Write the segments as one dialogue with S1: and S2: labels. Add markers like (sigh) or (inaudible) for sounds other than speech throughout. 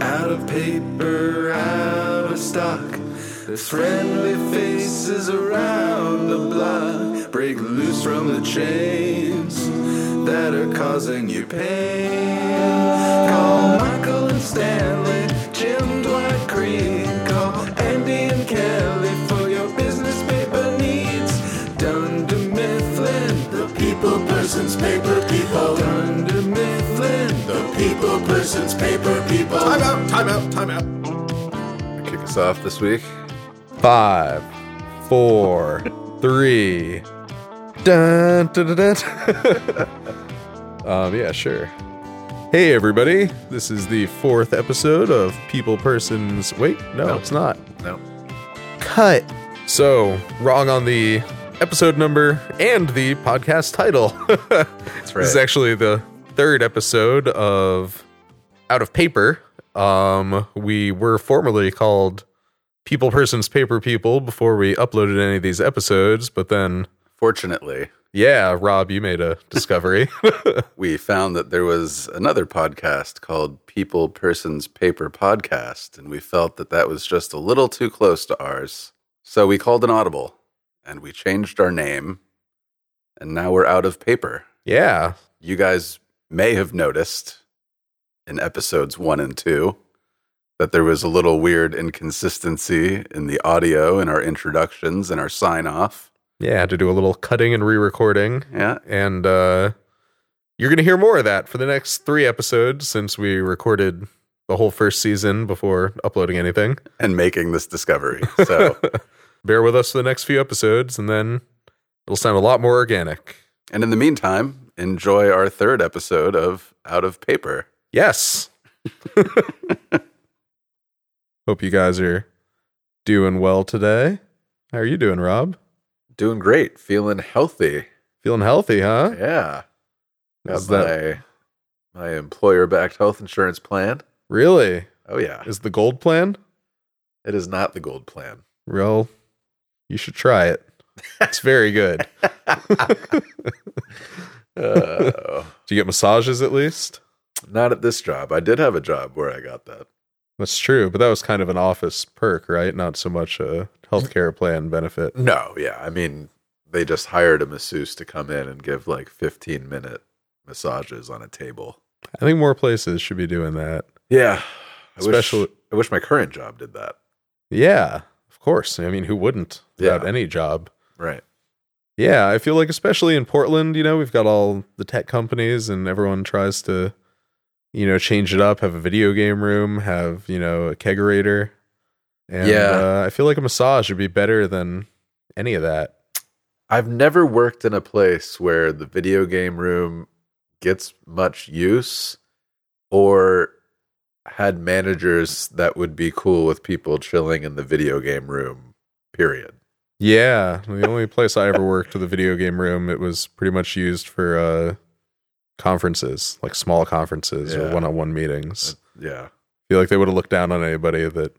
S1: out of paper, out of stock. There's friendly faces around the block. Break loose from the chains that are causing you pain. Call Michael and Stanley, Jim Dwight Creek. Call Andy and Kelly for your business paper needs. Dunder Mifflin, the people person's paper people. Dunder Mifflin, the people person's paper people.
S2: Time out, time out, time out. Kick us off this week.
S3: Five, four, three. Dun, dun, dun, dun. (laughs) um, yeah, sure. Hey, everybody. This is the fourth episode of People Persons. Wait, no,
S2: No.
S3: it's not.
S2: No.
S3: Cut. So, wrong on the episode number and the podcast title. (laughs) That's
S2: right.
S3: This is actually the third episode of Out of Paper. Um, we were formerly called People Persons Paper People before we uploaded any of these episodes, but then,
S2: Fortunately,
S3: yeah, Rob, you made a discovery. (laughs)
S2: we found that there was another podcast called People Persons Paper Podcast, and we felt that that was just a little too close to ours. So we called an audible and we changed our name, and now we're out of paper.
S3: yeah,
S2: You guys may have noticed in episodes one and two that there was a little weird inconsistency in the audio in our introductions and our sign off.
S3: yeah, had to do a little cutting and re recording.
S2: Yeah,
S3: and uh, you're going to hear more of that for the next three episodes since we recorded the whole first season before uploading anything.
S2: and making this discovery. So.
S3: Bear with us for the next few episodes, and then it'll sound a lot more organic.
S2: And in the meantime, enjoy our third episode of Out of Paper.
S3: Yes. (laughs) Hope you guys are doing well today. How are you doing, Rob?
S2: Doing great, feeling healthy.
S3: Feeling healthy, huh?
S2: Yeah. Got
S3: Is that
S2: my, my employer backed health insurance plan.
S3: really?
S2: Oh, yeah.
S3: Is the gold plan?
S2: It is not the gold
S3: (laughs)
S2: plan.
S3: Well, you should try it. It's
S2: (laughs)
S3: very good.
S2: Oh.
S3: Do you get massages at least?
S2: not at this job. I did have a job where I got that.
S3: That's true, but that was kind of an office perk, right? Not so much a healthcare plan benefit.
S2: No, yeah. I mean, they just hired a masseuse to come in and give like 15 minute massages on a table.
S3: I think more places should be doing that.
S2: Yeah. I
S3: Especially-
S2: wish, I wish my current job did that.
S3: Yeah, of course. I mean, who wouldn't without
S2: Yeah.
S3: any job?
S2: Right.
S3: Yeah, I feel like especially in Portland, you know, we've got all the tech companies and everyone tries to you know, change it up, have a video game room, have, you know, a kegerator. And
S2: Yeah.
S3: uh, I feel like a massage would be better than any of that.
S2: I've never worked in a place where the video game room gets much use or had managers that would be cool with people chilling in the video game room, period.
S3: Yeah, the only place I ever worked with a video game room, it was pretty much used for uh, conferences, like small conferences
S2: Yeah.
S3: or one-on-one meetings.
S2: Yeah.
S3: I feel like they would have looked down on anybody that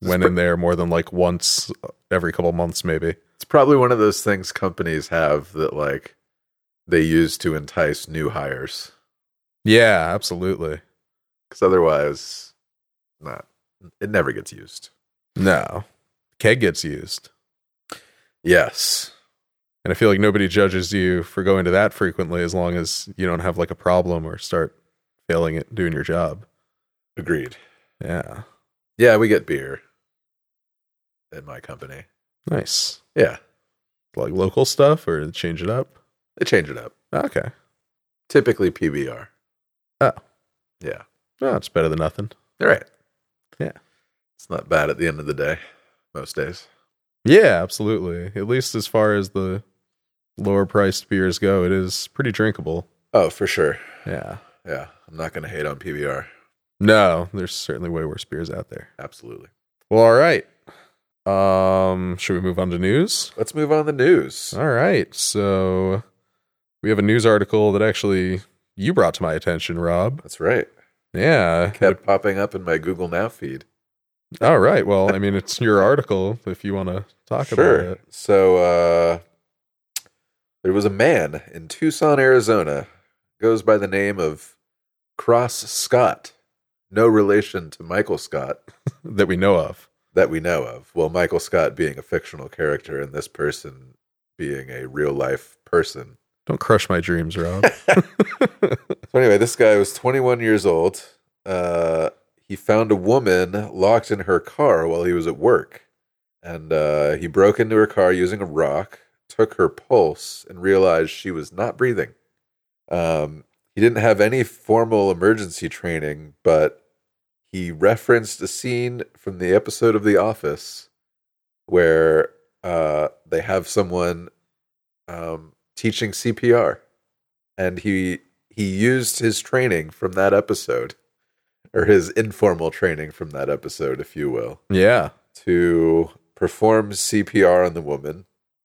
S2: It's
S3: went
S2: pr-
S3: in there more than like once every couple months, maybe.
S2: It's probably one of those things companies have that like they use to entice new hires
S3: Yeah, absolutely.
S2: cuz otherwise not it never gets used.
S3: No, keg gets used,
S2: Yes.
S3: and I feel like nobody judges you for going to that frequently as long as you don't have like a problem or start failing at doing your job.
S2: Agreed.
S3: Yeah,
S2: Yeah, we get beer in my company.
S3: nice.
S2: Yeah.
S3: Like local stuff or change it up.
S2: They change it up.
S3: Okay.
S2: typically PBR.
S3: Oh.
S2: yeah,
S3: No, it's better than nothing.
S2: all right.
S3: Yeah.
S2: it's not bad at the end of the day, most days.
S3: Yeah, absolutely. At least as far as the lower priced beers go, it is pretty drinkable.
S2: Oh, for sure.
S3: Yeah.
S2: Yeah, I'm not gonna hate on PBR.
S3: No, there's certainly way worse beers out there.
S2: Absolutely.
S3: Well, all right. Um, should we move on to news?
S2: Let's move on to news.
S3: All right. So we have a news article that actually you brought to my attention, Rob.
S2: That's right.
S3: Yeah.
S2: Kept popping up in my Google Now feed.
S3: All right. Well, I mean, it's your article if you want to talk about it.
S2: So uh, there was a man in Tucson, Arizona, goes by the name of Cross Scott, no relation to Michael Scott
S3: that we know of.
S2: that we know of. Well, Michael Scott being a fictional character and this person being a real life person.
S3: Don't crush my dreams, Rob. (laughs)
S2: So anyway, this guy was 21 years old. Uh, he found a woman locked in her car while he was at work, and uh, he broke into her car using a rock, took her pulse, and realized she was not breathing. Um, he didn't have any formal emergency training, but he referenced a scene from the episode of The Office where uh, they have someone um, teaching CPR, and he he used his training from that episode, or his informal training from that episode, if you will,
S3: yeah.
S2: to perform CPR on the woman,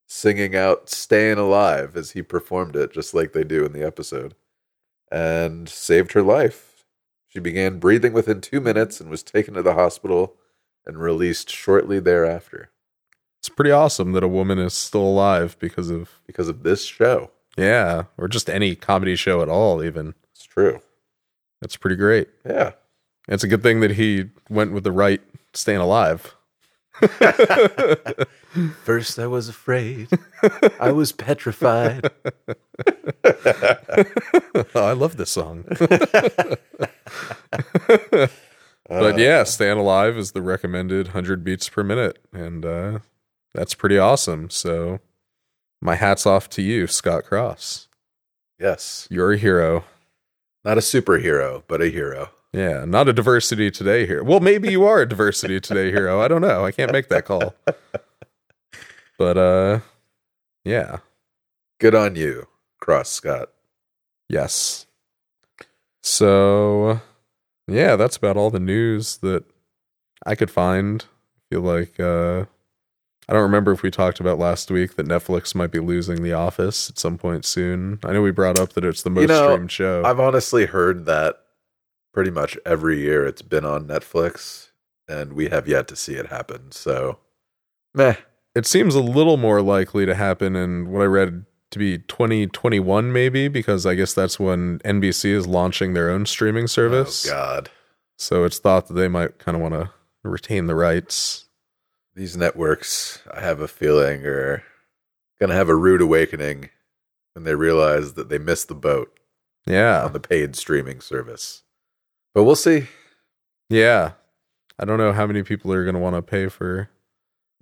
S2: singing out Staying Alive as he performed it, just like they do in the episode, and saved her life. She began breathing within two minutes and was taken to the hospital and released shortly thereafter
S3: It's pretty awesome that a woman is still alive because of,
S2: because of this show.
S3: yeah, or just any comedy show at all, even.
S2: It's true.
S3: That's pretty great.
S2: Yeah.
S3: It's a good thing that he went with the right staying alive. (laughs)
S2: First, I was afraid. I was petrified.
S3: I love this song. but yeah, Stand Alive is the recommended 100 beats per minute. And uh, that's pretty awesome. So my hat's off to you, Scott Cross.
S2: Yes.
S3: You're a hero.
S2: Not a superhero, but a hero.
S3: Yeah, not a diversity today hero. Well, maybe you are a diversity today hero. I don't know. I can't make that call. But uh yeah.
S2: Good on you, Cross Scott.
S3: Yes. So, yeah, that's about all the news that I could find. I feel like uh, I don't remember if we talked about last week that Netflix might be losing The Office at some point soon. I know we brought up that it's the most
S2: know,
S3: streamed show.
S2: I've honestly heard that pretty much every year it's been on Netflix, and we have yet to see it happen. So, meh.
S3: it seems a little more likely to happen in what I read to be 2021, maybe, because I guess that's when NBC is launching their own streaming service.
S2: Oh, God.
S3: so it's thought that they might kind of want to retain the rights
S2: These networks, I have a feeling, are going to have a rude awakening when they realize that they missed the boat
S3: Yeah.
S2: on the paid streaming service. But we'll see.
S3: Yeah. I don't know how many people are going to want to pay for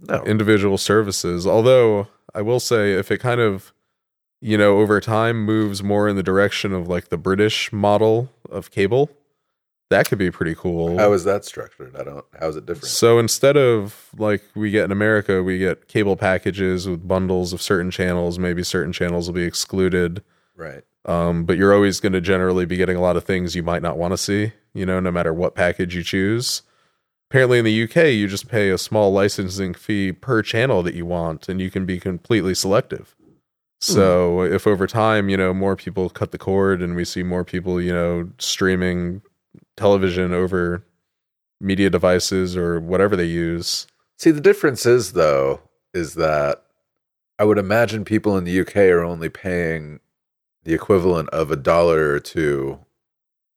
S2: No.
S3: individual services. Although I will say, if it kind of, you know, over time moves more in the direction of like the British model of cable, that could be pretty cool.
S2: How is that structured? I don't. How is it different?
S3: so instead of like we get in America, we get cable packages with bundles of certain channels. Maybe certain channels will be excluded.
S2: Right.
S3: Um, but you're always going to generally be getting a lot of things you might not want to see, you know, no matter what package you choose. Apparently, in the UK, you just pay a small licensing fee per channel that you want, and you can be completely selective. So, if over time, you know, more people cut the cord and we see more people, you know, streaming television over media devices or whatever they use,
S2: See, the difference is though is that I would imagine people in the UK are only paying the equivalent of a dollar or two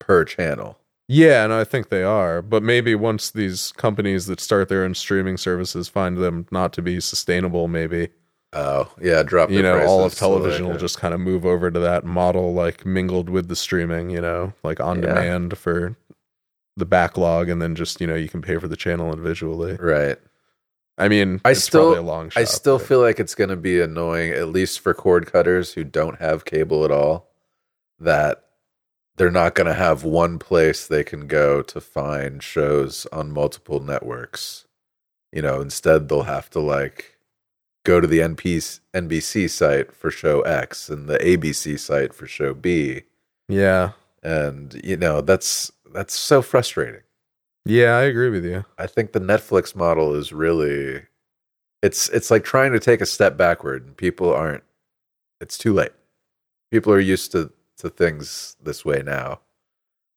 S2: per channel.
S3: Yeah, and I think they are. But maybe once these companies that start their own streaming services find them not to be sustainable, maybe
S2: Oh, yeah, drop.
S3: you
S2: their
S3: know, all of
S2: prices so
S3: television
S2: they
S3: will
S2: can-
S3: just kind of move over to that model, like mingled with the streaming. You know, like on
S2: Yeah.
S3: demand for the backlog, and then just you know you can pay for the channel individually.
S2: right.
S3: I mean,
S2: I
S3: it's
S2: still-
S3: probably a long shot.
S2: I still
S3: but-
S2: feel like it's going to be annoying, at least for cord cutters who don't have cable at all, that they're not going to have one place they can go to find shows on multiple networks. You know, instead they'll have to like go to the NPC, NBC site for show X and the ABC site for show B,
S3: yeah,
S2: and you know that's that's so frustrating.
S3: yeah, I agree with you.
S2: I think the Netflix model is really it's it's like trying to take a step backward and people aren't it's too late. People are used to to things this way now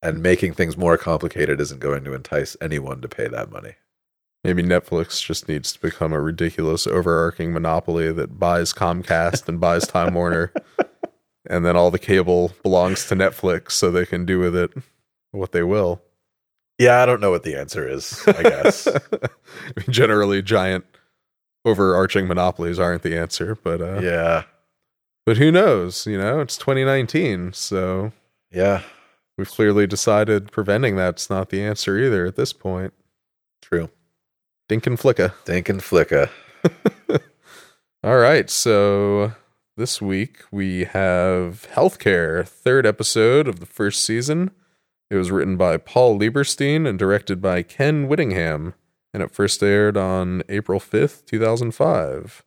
S2: and making things more complicated isn't going to entice anyone to pay that money.
S3: Maybe Netflix just needs to become a ridiculous overarching monopoly that buys Comcast and buys Time Warner. And then all the cable belongs to Netflix so they can do with it what they will.
S2: Yeah, I don't know what the answer is, I (laughs) guess.
S3: Generally, giant overarching monopolies aren't the answer, but uh,
S2: yeah.
S3: but who knows? You know, it's 2019, so
S2: Yeah.
S3: we've clearly decided preventing that's not the answer either at this point.
S2: True.
S3: Dink and flicka.
S2: Dink and Flicka.
S3: All right, so this week we have healthcare, third episode of the first season. It was written by Paul Lieberstein and directed by Ken Whittingham, and it first aired on April fifth, two thousand five.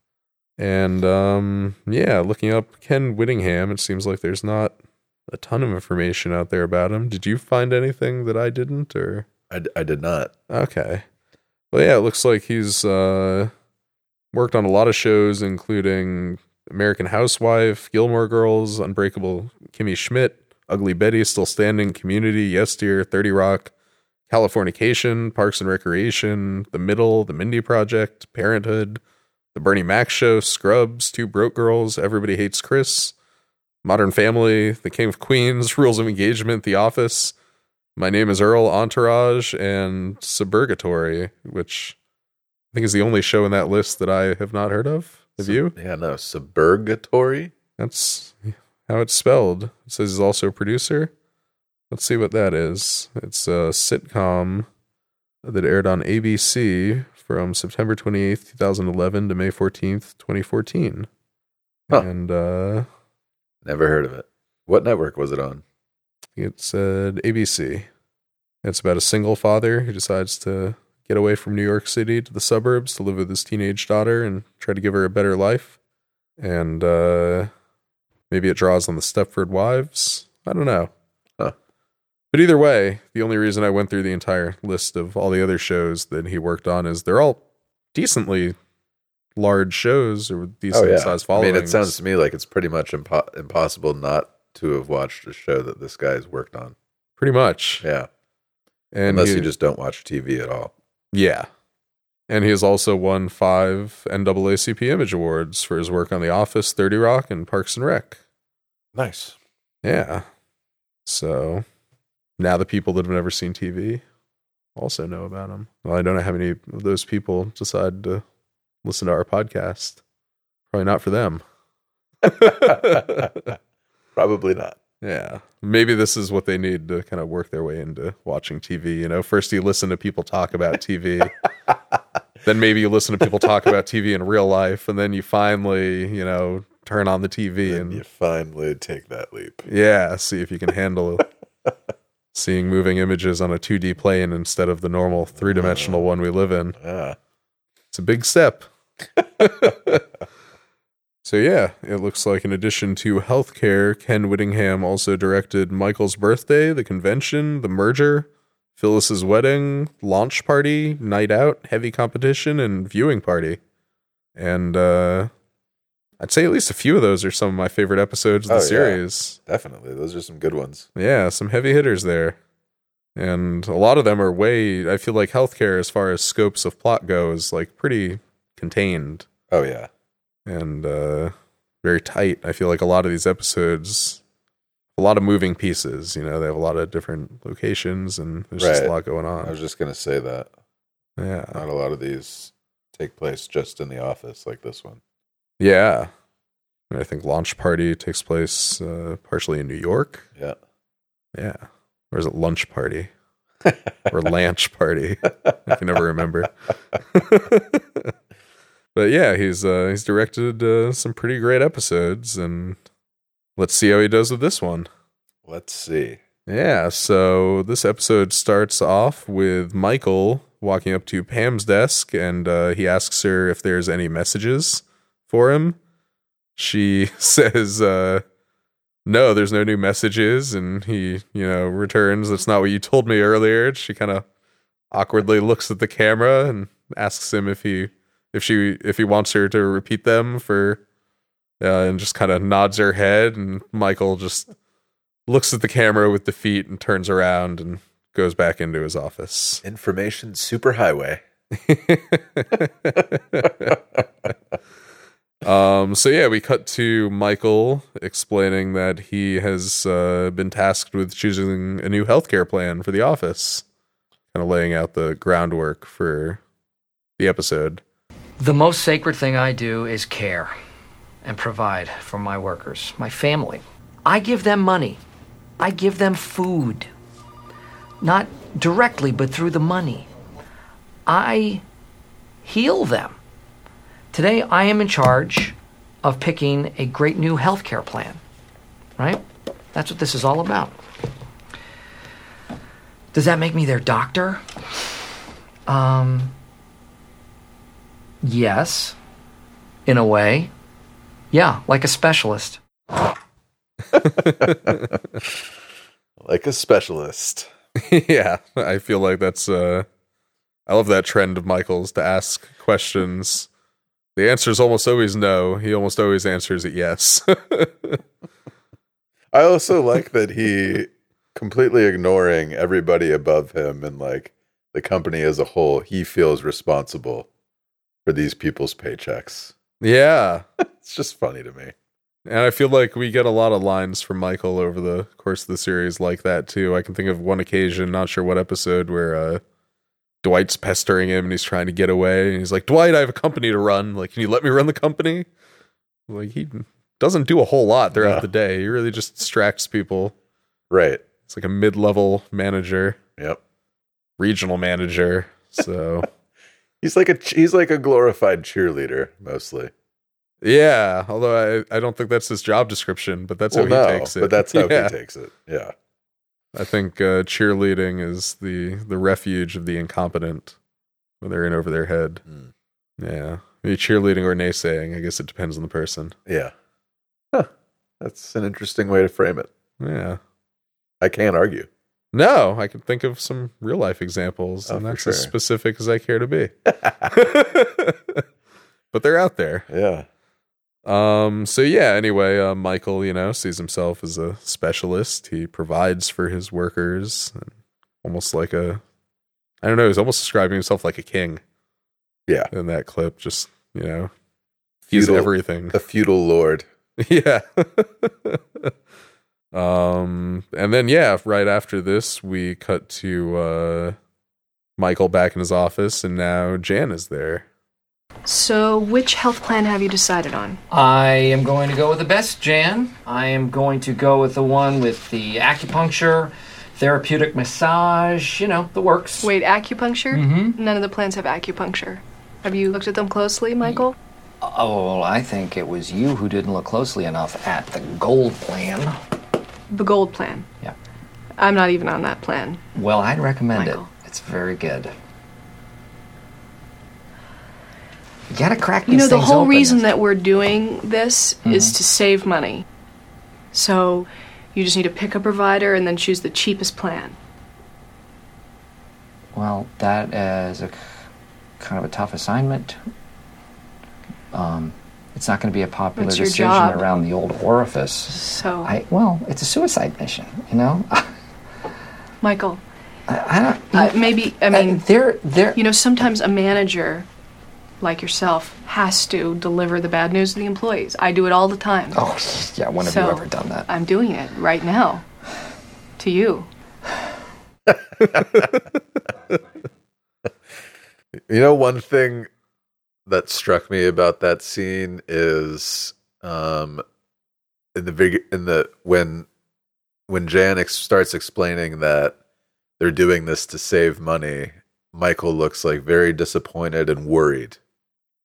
S3: And um, yeah, looking up Ken Whittingham, it seems like there's not a ton of information out there about him. Did you find anything that I didn't, or?
S2: I, d- I did not.
S3: Okay. Well, yeah, it looks like he's uh, worked on a lot of shows, including American Housewife, Gilmore Girls, Unbreakable Kimmy Schmidt, Ugly Betty, Still Standing, Community, Yes Dear, 30 Rock, Californication, Parks and Recreation, The Middle, The Mindy Project, Parenthood, The Bernie Mac Show, Scrubs, Two Broke Girls, Everybody Hates Chris, Modern Family, The King of Queens, (laughs) Rules of Engagement, The Office, my name is Earl Entourage and Suburgatory, which I think is the only show in that list that I have not heard of. Have
S2: Sub-
S3: you?
S2: Yeah, no. Suburgatory?
S3: That's how it's spelled. It says he's also a producer. Let's see what that is. It's a sitcom that aired on ABC from September 28th, 2011 to May 14th, 2014.
S2: Huh.
S3: And uh,
S2: Never heard of it. What network was it on?
S3: It said ABC. It's about a single father who decides to get away from New York City to the suburbs to live with his teenage daughter and try to give her a better life. And uh, maybe it draws on the Stepford Wives. I don't know.
S2: Huh.
S3: But either way, the only reason I went through the entire list of all the other shows that he worked on is they're all decently large shows or with decent sized
S2: Oh, I
S3: followings.
S2: mean, it sounds to me like it's pretty much impo- impossible not to have watched a show that this guy's worked on.
S3: pretty much.
S2: Yeah.
S3: And
S2: Unless
S3: he-
S2: you just don't watch TV at all.
S3: Yeah. And he has also won five NAACP Image Awards for his work on The Office, 30 Rock, and Parks and Rec.
S2: Nice.
S3: Yeah. So now the people that have never seen TV also know about him. Well, I don't know how many of those people decide to listen to our podcast. Probably not for them.
S2: (laughs) Probably not.
S3: Yeah. Maybe this is what they need to kind of work their way into watching TV. You know, first you listen to people talk about
S2: (laughs)
S3: TV. then maybe you listen to people talk about TV in real life. And then you finally, you know, turn on the TV
S2: Then
S3: and
S2: you finally take that leap.
S3: yeah, see if you can
S2: (laughs)
S3: handle seeing moving images on a 2D plane instead of the normal three dimensional one we live in.
S2: Yeah.
S3: It's a big step. (laughs) so yeah, it looks like in addition to healthcare, Ken Whittingham also directed Michael's birthday, the convention, the merger, Phyllis's wedding, launch party, night out, heavy competition, and viewing party. And uh I'd say at least a few of those are some of my favorite episodes of the
S2: Oh, yeah.
S3: series.
S2: Definitely. Those are some good ones.
S3: Yeah, some heavy hitters there. And a lot of them are way, I feel like healthcare, as far as scopes of plot go, is like pretty contained
S2: Oh, yeah.
S3: and uh, very tight. I feel like a lot of these episodes, a lot of moving pieces, you know, they have a lot of different locations and there's just a
S2: Right.
S3: lot going
S2: I
S3: on.
S2: was just going to say that.
S3: Yeah.
S2: Not a lot of these take place just in the office like this one.
S3: Yeah. And I think Launch Party takes place uh, partially in New York.
S2: Yeah.
S3: Yeah. Or is it Lunch Party? or Lanch Party. I can never remember. (laughs) but yeah, he's uh, he's directed uh, some pretty great episodes, and let's see how he does with this one.
S2: Let's see.
S3: Yeah, so this episode starts off with Michael walking up to Pam's desk, and uh, he asks her if there's any messages for him. She (laughs) says, uh, "No, there's no new messages," and he, you know, returns, "That's not what you told me earlier." And She kind of awkwardly looks at the camera and asks him if he, if she, if he wants her to repeat them for, uh, and just kind of nods her head, and Michael just looks at the camera with defeat and turns around and goes back into his office.
S2: Information superhighway. (laughs)
S3: um, so yeah, we cut to Michael explaining that he has uh, been tasked with choosing a new healthcare plan for the office. kind of laying out the groundwork for the episode. (laughs)
S4: The most sacred thing I do is care and provide for my workers, my family. I give them money. I give them food. Not directly, but through the money. I heal them. Today, I am in charge of picking a great new healthcare plan, right? That's what this is all about. Does that make me their doctor? Um, yes, in a way. Yeah, like a specialist.
S5: Like a specialist.
S3: yeah, I feel like that's uh I love that trend of Michael's to ask questions. The answer is almost always no. He almost always answers it yes. (laughs)
S2: I also like that he completely ignoring everybody above him and like the company as a whole, he feels responsible for these people's paychecks.
S3: yeah.
S2: It's just funny to me.
S3: And I feel like we get a lot of lines from Michael over the course of the series like that too. I can think of one occasion, not sure what episode, where uh Dwight's pestering him and he's trying to get away and he's like, Dwight, I have a company to run. Like, can you let me run the company? Like he doesn't do a whole lot throughout
S2: No.
S3: the day. He really just distracts people.
S2: Right.
S3: It's like a mid-level manager,
S2: Yep.
S3: regional manager. So (laughs)
S2: He's like a ch- he's like a glorified cheerleader mostly.
S3: yeah, although I, I don't think that's his job description, but that's
S2: Well,
S3: how
S2: no,
S3: he takes it.
S2: but that's how
S3: (laughs) Yeah.
S2: he takes it. Yeah.
S3: I think uh, cheerleading is the the refuge of the incompetent when they're in over their head.
S2: Hmm.
S3: Yeah, Maybe cheerleading or naysaying. I guess it depends on the person.
S2: Yeah. Huh. That's an interesting way to frame it.
S3: Yeah.
S2: I can't argue. (laughs)
S3: No, I can think of some real life examples,
S2: Oh,
S3: and
S2: for
S3: that's as
S2: sure.
S3: specific as I care to be. but they're out there.
S2: Yeah.
S3: Um, so yeah, anyway, uh, Michael, you know, sees himself as a specialist. He provides for his workers, and almost like a, I don't know, he's almost describing himself like a king.
S2: Yeah.
S3: In that clip, just, you know, he's
S2: Feudal-
S3: everything. (laughs)
S2: A feudal lord.
S3: yeah. (laughs) um, and then, yeah, right after this, we cut to, uh, Michael back in his office, and now Jan
S2: (laughs)
S3: is there.
S6: So, which health plan have you decided on?
S4: I am going to go with the best, Jan. I am going to go with the one with the acupuncture, therapeutic massage, you know, the works.
S6: Wait, acupuncture?
S4: Mm-hmm.
S6: None of the plans have acupuncture. Have you looked at them closely, Michael?
S4: Oh, well, I think it was you who didn't look closely enough at the gold plan.
S6: The gold plan.
S4: Yeah.
S6: I'm not even on that plan.
S4: Well, I'd recommend
S6: Michael.
S4: it. It's very good. You gotta crack these
S6: You know, the
S4: things
S6: whole
S4: open. Mm-hmm.
S6: reason that we're doing this is to save money. So, you just need to pick a provider and then choose the cheapest plan.
S4: Well, that is a k- kind of a tough assignment. Um, it's not going to be a popular
S6: It's your
S4: decision
S6: job.
S4: around the old orifice.
S6: So,
S4: I well, it's a suicide mission, you know. (laughs) I,
S6: Michael,
S4: I don't.
S6: uh, maybe, I mean,
S4: they're they're
S6: you know, sometimes a manager like yourself has to deliver the bad news to the employees. I do it all the time.
S4: Oh (laughs) yeah, when have
S6: So-
S4: you ever done that?
S6: I'm doing it right now. To you.
S2: (laughs) You know, one thing that struck me about that scene is um, in the big in the when when Jan ex- starts explaining that they're doing this to save money, Michael looks like very disappointed and worried.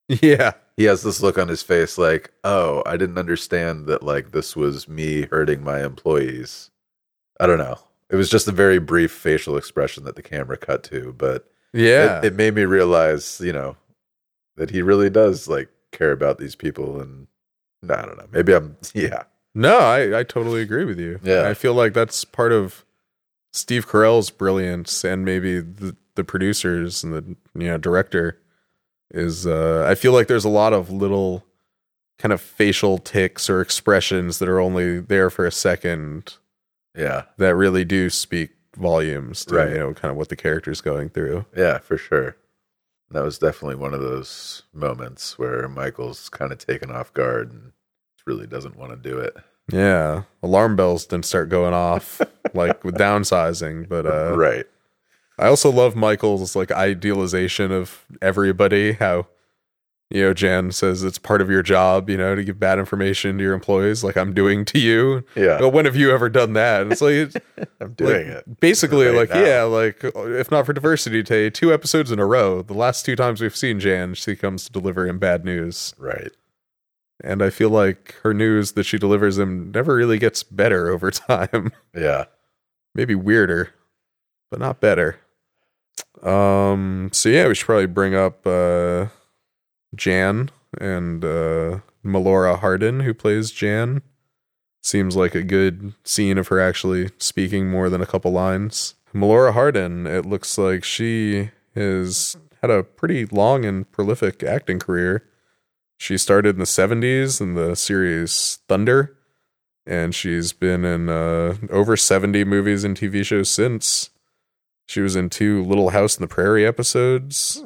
S3: Yeah.
S2: He has this look on his face like, "Oh, I didn't understand that like this was me hurting my employees." I don't know. It was just a very brief facial expression that the camera cut to, but
S3: Yeah.
S2: it, it made me realize, you know, that he really does like care about these people. And no, I don't know. Maybe I'm, (laughs) yeah,
S3: No, I, I totally agree with you.
S2: Yeah.
S3: I feel like that's part of Steve Carell's brilliance and maybe the, the producers and the you know director is uh I feel like there's a lot of little kind of facial ticks or expressions that are only there for a second
S2: yeah,
S3: that really do speak volumes to
S2: Right.
S3: you know kind of what the character's going through.
S2: yeah, for sure. That was definitely one of those moments where Michael's kind of taken off guard and really doesn't want to do it.
S3: Yeah. Alarm bells didn't start going off like with downsizing, but uh
S2: right.
S3: I also love Michael's like idealization of everybody. How you know Jan says it's part of your job, you know, to give bad information to your employees, like I'm doing to you.
S2: Yeah.
S3: But when have you ever done that? And It's like it's
S2: (laughs) I'm doing
S3: like,
S2: it.
S3: Basically,
S2: Right
S3: like
S2: now.
S3: yeah, like if not for diversity day, two episodes in a row. The last two times we've seen Jan, she comes to deliver him bad news,
S2: Right.
S3: and I feel like her news that she delivers him never really gets better over (laughs) time.
S2: Yeah.
S3: maybe weirder, but not better. Um. So yeah, we should probably bring up uh, Jan and uh, Melora Hardin, who plays Jan. Seems like a good scene of her actually speaking more than a couple lines. Melora Hardin, it looks like she has had a pretty long and prolific acting career. She started in the 70s in the series Thunder, and she's been in uh, over 70 movies and TV shows since. She was in two Little House in the Prairie episodes.
S2: Hmm.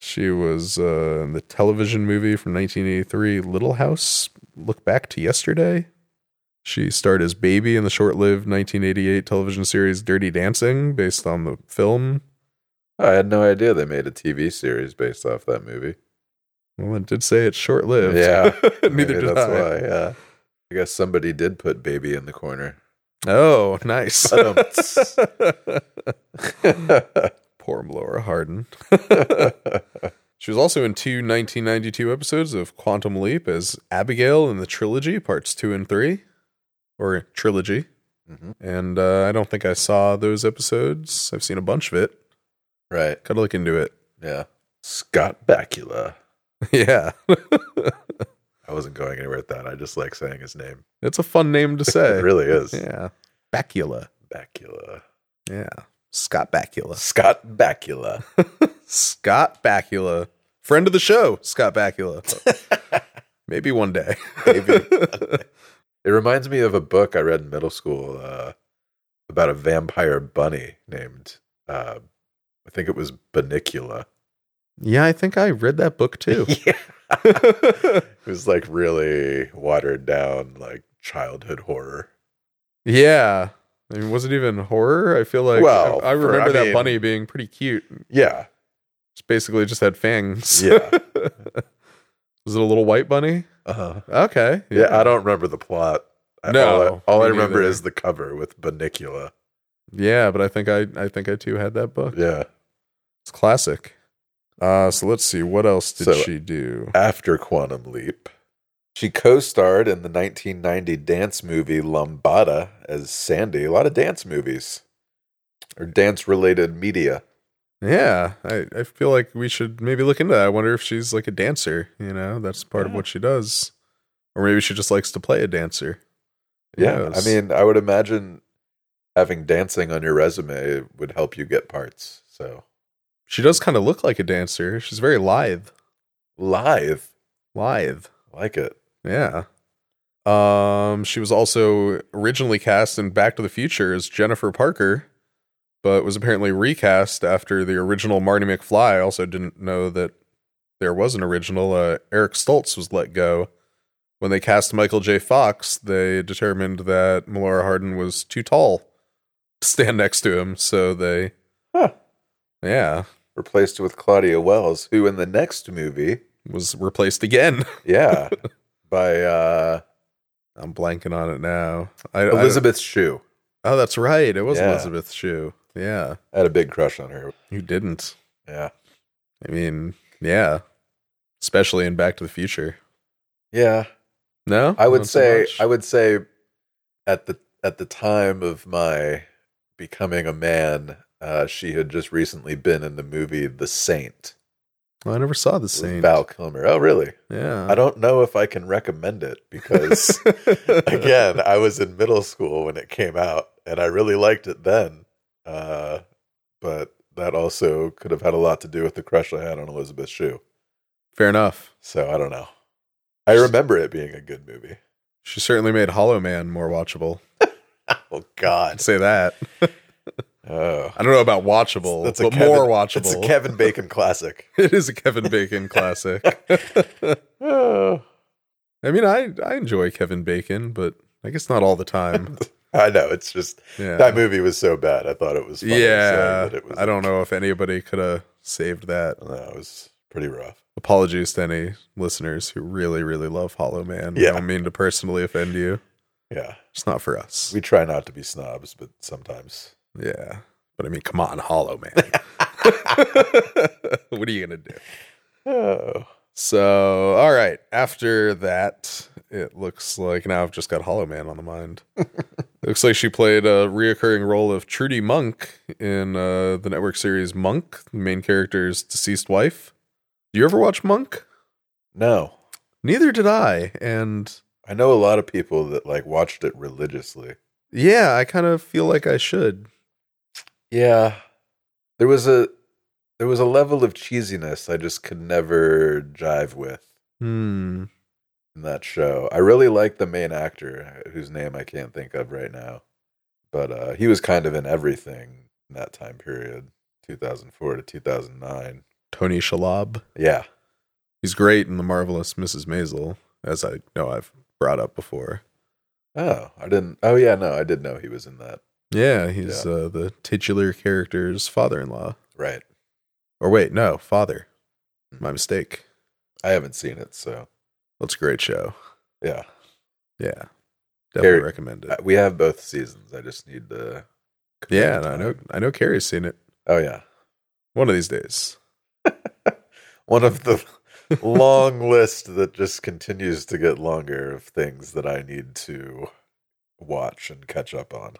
S3: She was uh, in the television movie from 1983, Little House, Look Back to Yesterday. She starred as Baby in the short lived 1988 television series Dirty Dancing, based on the film.
S2: I had no idea they made a TV series based off that movie.
S3: Well, it did say it's short lived.
S2: Yeah.
S3: (laughs) Neither
S2: Maybe
S3: did
S2: that's
S3: I.
S2: why. Yeah. I guess somebody did put baby in the corner. (laughs)
S3: Oh, nice.
S2: Ba-dum-ts.
S3: (laughs) Poor Laura Harden.
S2: Mm-hmm.
S3: She was also in two 1992 episodes of Quantum Leap as Abigail in the trilogy, parts two and three, or trilogy.
S2: Mhm.
S3: And uh, I don't think I saw those episodes. I've seen a bunch of it.
S2: right.
S3: Gotta look into it. (laughs)
S2: Yeah. Scott Bakula.
S3: yeah.
S2: I wasn't going anywhere with that. I just like saying his name.
S3: it's a fun name to
S2: (laughs)
S3: say.
S2: It really is.
S3: Yeah. Bakula. (laughs)
S2: Bakula.
S3: Yeah. Scott Bakula.
S2: Scott Bakula.
S3: (laughs) Scott Bakula. Friend of the show, Scott Bakula. Maybe one day.
S2: Maybe. It reminds me of a book I read in middle school uh, about a vampire bunny named, uh, I think it was
S3: (laughs)
S2: Banicula.
S3: (laughs) yeah, I think I read that book
S2: (laughs)
S3: too.
S2: it was like really watered down, like childhood horror.
S3: Yeah. I mean, was it even horror? I feel like
S2: Well,
S3: I, I
S2: for-
S3: remember
S2: I
S3: that
S2: mean-
S3: bunny being pretty cute.
S2: Yeah.
S3: It's basically just had fangs.
S2: Yeah.
S3: (laughs) Was it a little white bunny?
S2: Uh-huh.
S3: Okay.
S2: Yeah. I don't remember the plot. I-
S3: No,
S2: all I- All, I
S3: me
S2: remember
S3: neither.
S2: is the cover with
S3: (laughs)
S2: Banicula.
S3: Yeah, but I think I I think I too had that book.
S2: Yeah.
S3: It's classic. Uh so let's see what else did
S2: So-
S3: she do?
S2: After Quantum Leap, she co starred in the 1990 dance movie Lombada as Sandy. A lot of dance movies or dance related media.
S3: Yeah, I I feel like we should maybe look into that. I wonder if she's like a dancer, you know? That's part of
S2: Yeah.
S3: what she does. Or maybe she just likes to play a dancer. Who
S2: Yeah. I
S3: knows?
S2: mean, I would imagine having dancing on your resume would help you get parts. So,
S3: she does kind of look like a dancer. She's very lithe.
S2: live.
S3: Lithe.
S2: Like it.
S3: Yeah. Um, she was also originally cast in Back to the Future as Jennifer Parker, but was apparently recast after the original Marty McFly. I also didn't know that there was an original. Uh, Eric Stoltz was let go. When they cast Michael J. Fox, they determined that Melora Hardin was too tall to stand next to him, so they.
S2: Huh.
S3: Yeah,
S2: Replaced with Claudia Wells, who in the next movie,
S3: was replaced again. (laughs)
S2: yeah, by uh,
S3: I'm blanking on it now. I, I-
S2: Elizabeth Shue.
S3: Oh, that's right. It was
S2: Yeah.
S3: Elizabeth Shue. Yeah.
S2: I had a big crush on her.
S3: Who didn't?
S2: Yeah.
S3: I mean, yeah. Especially in Back to the Future.
S2: Yeah.
S3: No?
S2: I would
S3: Not so
S2: say
S3: much?
S2: I would say at the at the time of my becoming a man, uh, she had just recently been in the movie The Saint.
S3: Well, I never saw the
S2: with
S3: same.
S2: Val Kilmer. Oh really?
S3: Yeah.
S2: (laughs) I don't know if I can recommend it
S3: (laughs)
S2: because again, I was in middle school when it came out, and I really liked it then. Uh, but that also could have had a lot to do with the crush I had on Elizabeth Shue.
S3: Fair enough.
S2: So I don't know. I remember it being a good movie.
S3: She certainly made Hollow Man more watchable.
S2: Oh
S3: I'd
S2: God!
S3: say that.
S2: Oh,
S3: I don't know about watchable,
S2: that's
S3: but
S2: a Kevin,
S3: more watchable.
S2: It's a Kevin Bacon classic.
S3: (laughs) It is a Kevin
S2: (laughs)
S3: Bacon classic.
S2: Oh,
S3: I mean, I, I enjoy Kevin Bacon, but I guess not all the time.
S2: I know it's just
S3: Yeah.
S2: (laughs) that movie was so bad. I thought it was funny
S3: yeah.
S2: saying that it was.
S3: I don't know if anybody could have saved that.
S2: No, it was pretty rough.
S3: Apologies to any listeners who really, really love Hollow Man.
S2: Yeah.
S3: I don't mean to personally offend you.
S2: Yeah,
S3: It's not for us.
S2: we try not to be snobs, but sometimes
S3: yeah. But I mean, come on, Hollow Man.
S2: (laughs)
S3: what are you going to do?
S2: oh,
S3: So, all right. After that, it looks like now I've just got Hollow Man on
S2: (laughs)
S3: the mind. looks like she played a reoccurring role of Trudy Monk in uh, the network series Monk, the main character's deceased wife. Do you ever watch Monk?
S2: no.
S3: Neither did I. And
S2: I know a lot of people that like watched it religiously.
S3: yeah, I kind of feel like I should.
S2: Yeah, there was a there was a level of cheesiness I just could never jive with
S3: Hmm.
S2: in that show. I really liked the main actor uh, whose name I can't think of right now, but uh, he was kind of in everything in that time period, 2004 to 2009.
S3: Tony Shalhoub.
S2: Yeah,
S3: He's great in The Marvelous Mrs. Maisel, as I know I've brought up before.
S2: Oh, I didn't. Oh, yeah, no, I did know he was in that.
S3: Yeah, he's Uh, the titular character's father in law.
S2: Right.
S3: Or wait, no, Father. My mistake.
S2: I haven't seen it, so
S3: That's a great show.
S2: yeah.
S3: Yeah. Definitely
S2: Carrie-
S3: recommend it.
S2: Uh, We have both seasons. I just need to.
S3: yeah, and I know I know Carrie's seen it
S2: Oh yeah,
S3: one of these days.
S2: one of the long list that just continues to get longer of things that I need to watch and catch up on.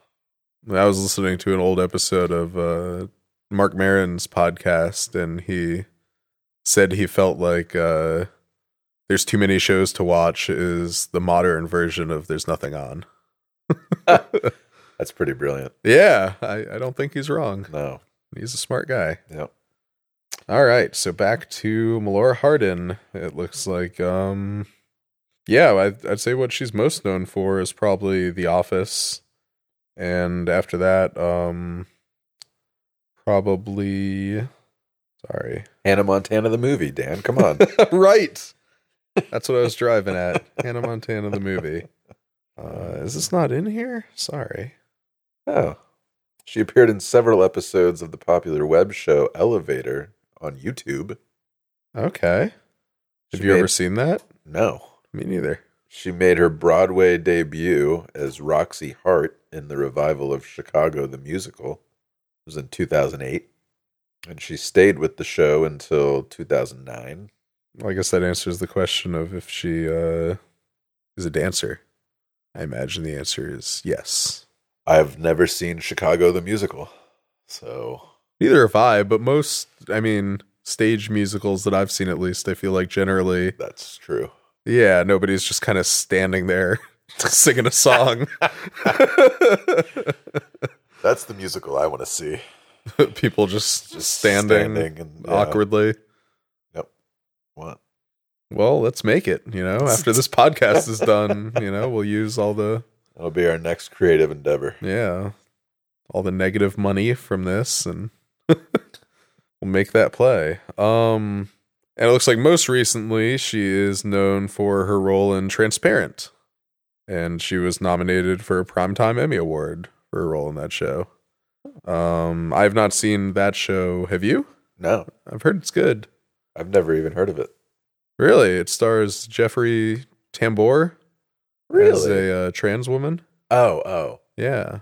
S3: I was listening to an old episode of uh, Mark Marin's podcast, and he said he felt like uh, "There's Too Many Shows to Watch" is the modern version of "There's Nothing On."
S2: That's pretty brilliant.
S3: Yeah, I, I don't think he's wrong.
S2: No,
S3: He's a smart guy.
S2: Yep.
S3: All right, so back to Melora Hardin. It looks like, um, yeah, I'd, I'd say what she's most known for is probably The Office, and after that, um, probably, sorry, (laughs)
S2: Hannah Montana the movie. Dan, come on.
S3: right. That's what I was driving at. Hannah Montana the movie. Uh, is this not in here? Sorry.
S2: oh, she appeared in several episodes of the popular web show Elevator on YouTube.
S3: Okay. Have
S2: She
S3: you
S2: made-
S3: ever seen that?
S2: No.
S3: Me neither.
S2: She made her Broadway debut as Roxy Hart in the revival of Chicago the Musical. It was in 2008. And she stayed with the show until 2009.
S3: Well, I guess that answers the question of if she uh, is a dancer. I imagine the answer is yes.
S2: I've never seen Chicago the Musical. So,
S3: Neither have I, but most, I mean, stage musicals that I've seen at least, I feel like generally,
S2: that's true.
S3: yeah, nobody's just kind of standing there (laughs) singing a song. (laughs)
S2: That's the musical I want to see.
S3: People just, standing,
S2: and yeah.
S3: awkwardly.
S2: What?
S3: Well, let's make it, you know, after this podcast is done, you know, we'll use all the
S2: That'll be our next creative endeavor.
S3: Yeah. All the negative money from this and (laughs) we'll make that play. Um and it looks like most recently she is known for her role in Transparent. And she was nominated for a Primetime Emmy Award for her role in that show. Um I've not seen that show. Have you?
S2: No,
S3: I've heard it's good.
S2: I've never even heard of it.
S3: Really? It stars Jeffrey Tambor as a uh, trans woman.
S2: Oh, oh.
S3: Yeah.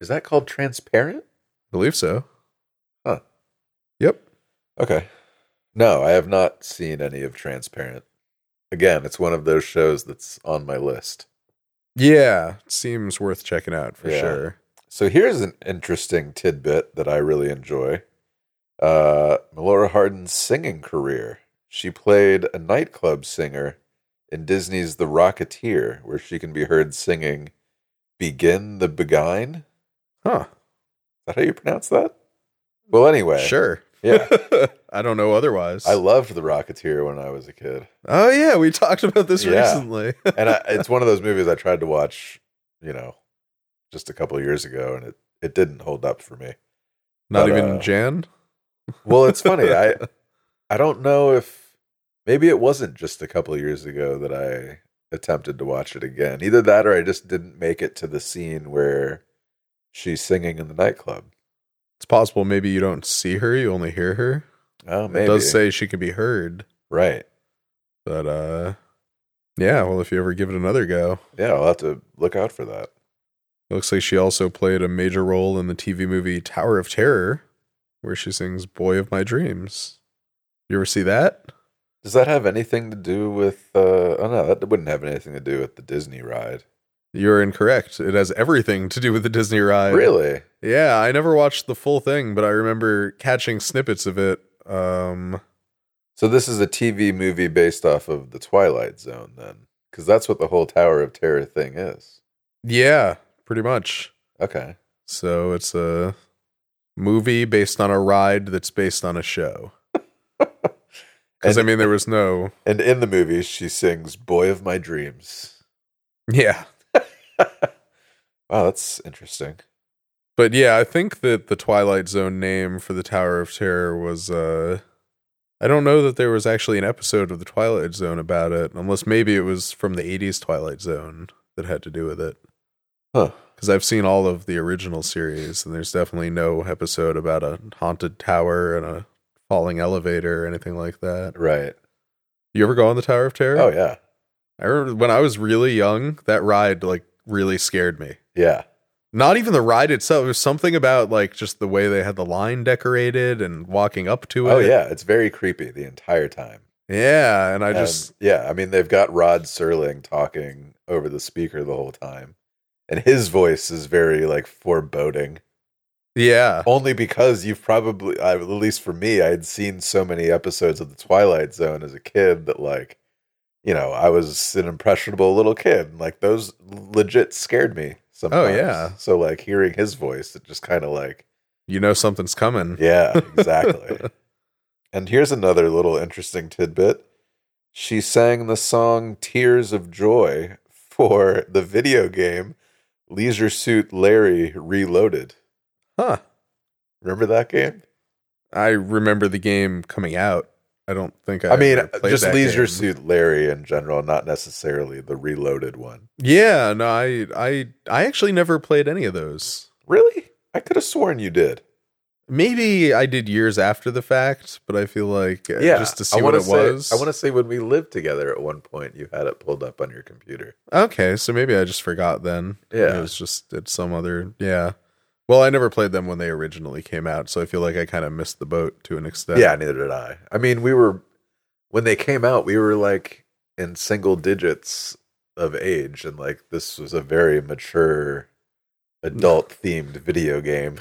S2: Is that called Transparent?
S3: believe so.
S2: Huh.
S3: Yep.
S2: Okay. No, I have not seen any of Transparent. Again, it's one of those shows that's on my list.
S3: Yeah, seems worth checking out for
S2: Yeah.
S3: sure.
S2: So here's an interesting tidbit that I really enjoy. Uh, Melora Hardin's singing career. She played a nightclub singer in Disney's The Rocketeer, where she can be heard singing Begin the Begine. Is
S3: Huh.
S2: that how you pronounce that? Well, anyway.
S3: Sure.
S2: (laughs) Yeah.
S3: I don't know otherwise.
S2: I loved The Rocketeer when I was a kid.
S3: oh yeah, we talked about this
S2: Yeah.
S3: recently. (laughs)
S2: and I, it's one of those movies I tried to watch, you know, just a couple years ago, and it it didn't hold up for me.
S3: Not
S2: but,
S3: even
S2: uh,
S3: Jan.
S2: Well, it's funny. I I don't know if maybe it wasn't just a couple years ago that I attempted to watch it again. Either that or I just didn't make it to the scene where she's singing in the nightclub.
S3: It's possible maybe you don't see her, you only hear her.
S2: Oh, maybe.
S3: It does say she can be heard,
S2: right.
S3: but uh yeah, well if you ever give it another go.
S2: Yeah, I'll have to look out for that.
S3: Looks like she also played a major role in the TV movie Tower of Terror, where she sings Boy of My Dreams. You ever see that?
S2: Does that have anything to do with? Uh, oh no, that wouldn't have anything to do with the Disney ride.
S3: You're incorrect. It has everything to do with the Disney ride.
S2: really?
S3: Yeah, I never watched the full thing, but I remember catching snippets of it. Um
S2: So this is a TV movie based off of the Twilight Zone, then, because that's what the whole Tower of Terror thing is.
S3: yeah, pretty much.
S2: Okay.
S3: So it's a movie based on a ride that's based on a show. Cuz I
S2: And-
S3: mean there was no
S2: And in the movie, she sings "Boy of My Dreams." (laughs)
S3: Yeah.
S2: Wow, that's interesting.
S3: But yeah, I think that the Twilight Zone name for the Tower of Terror was uh I don't know that there was actually an episode of the Twilight Zone about it, unless maybe it was from the 80s Twilight Zone that had to do with it.
S2: Huh.
S3: Cuz I've seen all of the original series and there's definitely no episode about a haunted tower and a falling elevator or anything like that.
S2: Right.
S3: You ever go on the Tower of Terror?
S2: Oh yeah.
S3: I remember when I was really young, that ride like really scared me
S2: Yeah.
S3: not even the ride itself. It was something about like just the way they had the line decorated and walking up to it.
S2: Oh yeah. It's very creepy the entire time.
S3: yeah. And I just
S2: And, yeah, I mean they've got Rod Serling talking over the speaker the whole time, and his voice is very like foreboding.
S3: yeah
S2: Only because you've probably, I- at least for me, I had seen so many episodes of The Twilight Zone as a kid that like, you know, I was an impressionable little kid. and, Like those legit scared me. Sometimes.
S3: yeah.
S2: So like hearing his voice, it just kind of like
S3: you know something's coming.
S2: yeah, exactly. and here's another little interesting tidbit. She sang the song Tears of Joy for the video game Leisure Suit Larry Reloaded.
S3: Huh.
S2: Remember that game?
S3: I remember the game coming out. I don't think I.
S2: I mean, uh,
S3: ever played
S2: just
S3: that
S2: Leisure
S3: game.
S2: Suit Larry in general, not necessarily the Reloaded one.
S3: Yeah. No, I I I actually never played any of those.
S2: Really? I could have sworn you did.
S3: Maybe I did years after the fact, but I feel like uh, just to
S2: I
S3: see what
S2: wanna
S3: it
S2: say-
S3: was.
S2: I want to say when we lived together at one point, you had it pulled up on your computer.
S3: Okay, so maybe I just forgot then.
S2: Yeah.
S3: It was just at some other yeah. Well, I never played them when they originally came out, so I feel like I kind of missed the boat to an extent.
S2: Yeah, neither did I. I mean, we were when they came out, we were like in single digits of age, and like this was a very mature (laughs) adult themed video game.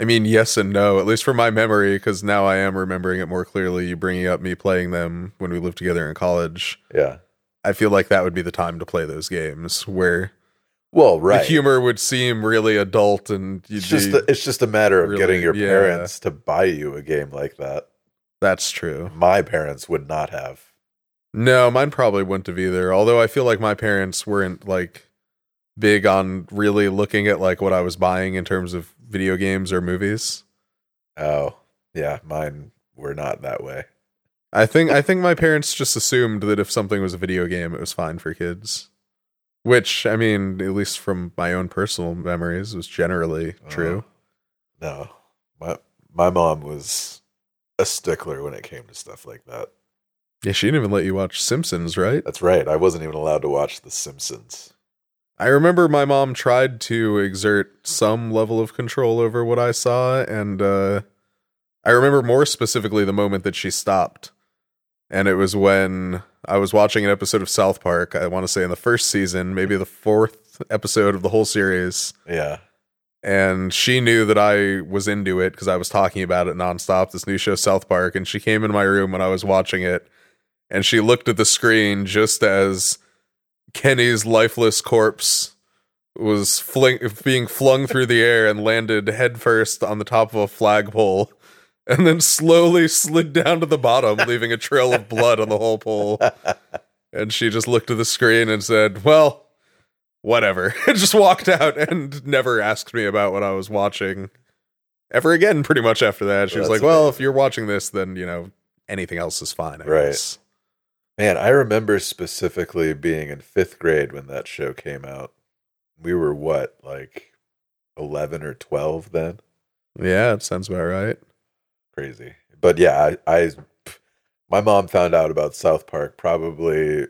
S3: I mean, yes and no, at least from my memory, because now I am remembering it more clearly. You bringing up me playing them when we lived together in college.
S2: Yeah.
S3: I feel like that would be the time to play those games where
S2: Well, right.
S3: the humor would seem really adult and you'd
S2: it's just
S3: be,
S2: a, it's just a matter of
S3: really-
S2: getting your
S3: yeah.
S2: parents to buy you a game like that.
S3: that's true.
S2: My parents would not have.
S3: No, mine probably wouldn't have either. Although I feel like my parents weren't like big on really looking at like what I was buying in terms of video games or movies.
S2: Oh, yeah, mine were not that way.
S3: I think I think my parents just assumed that if something was a video game, it was fine for kids. Which I mean, at least from my own personal memories, was generally
S2: Uh-huh.
S3: true.
S2: Uh, No, my my mom was a stickler when it came to stuff like that.
S3: Yeah, she didn't even let you watch Simpsons, right?
S2: That's right. I wasn't even allowed to watch The Simpsons.
S3: I remember my mom tried to exert some level of control over what I saw, and uh, I remember more specifically the moment that she stopped. And it was when I was watching an episode of South Park, I want to say in the first season, maybe the fourth episode of the whole series.
S2: Yeah.
S3: And she knew that I was into it because I was talking about it nonstop, this new show, South Park. And she came in my room when I was watching it, and she looked at the screen just as Kenny's lifeless corpse was fling- being flung through the air and landed headfirst on the top of a flagpole (laughs) and then slowly slid down to
S2: (laughs)
S3: the bottom, leaving a trail of blood on the whole pole. And she just looked at the screen and said, Well, whatever. (laughs) And just walked out and never asked me about what I was watching ever again, pretty much after that. She was
S2: That's
S3: like, Well, if
S2: amazing.
S3: you're watching this, then, you know, anything else is fine. I
S2: Right.
S3: guess.
S2: Man, I remember specifically being in fifth grade when that show came out. We were what, like 11 or 12 then?
S3: Yeah, it sounds about right.
S2: (laughs) Crazy. But yeah, I, I my mom found out about South Park probably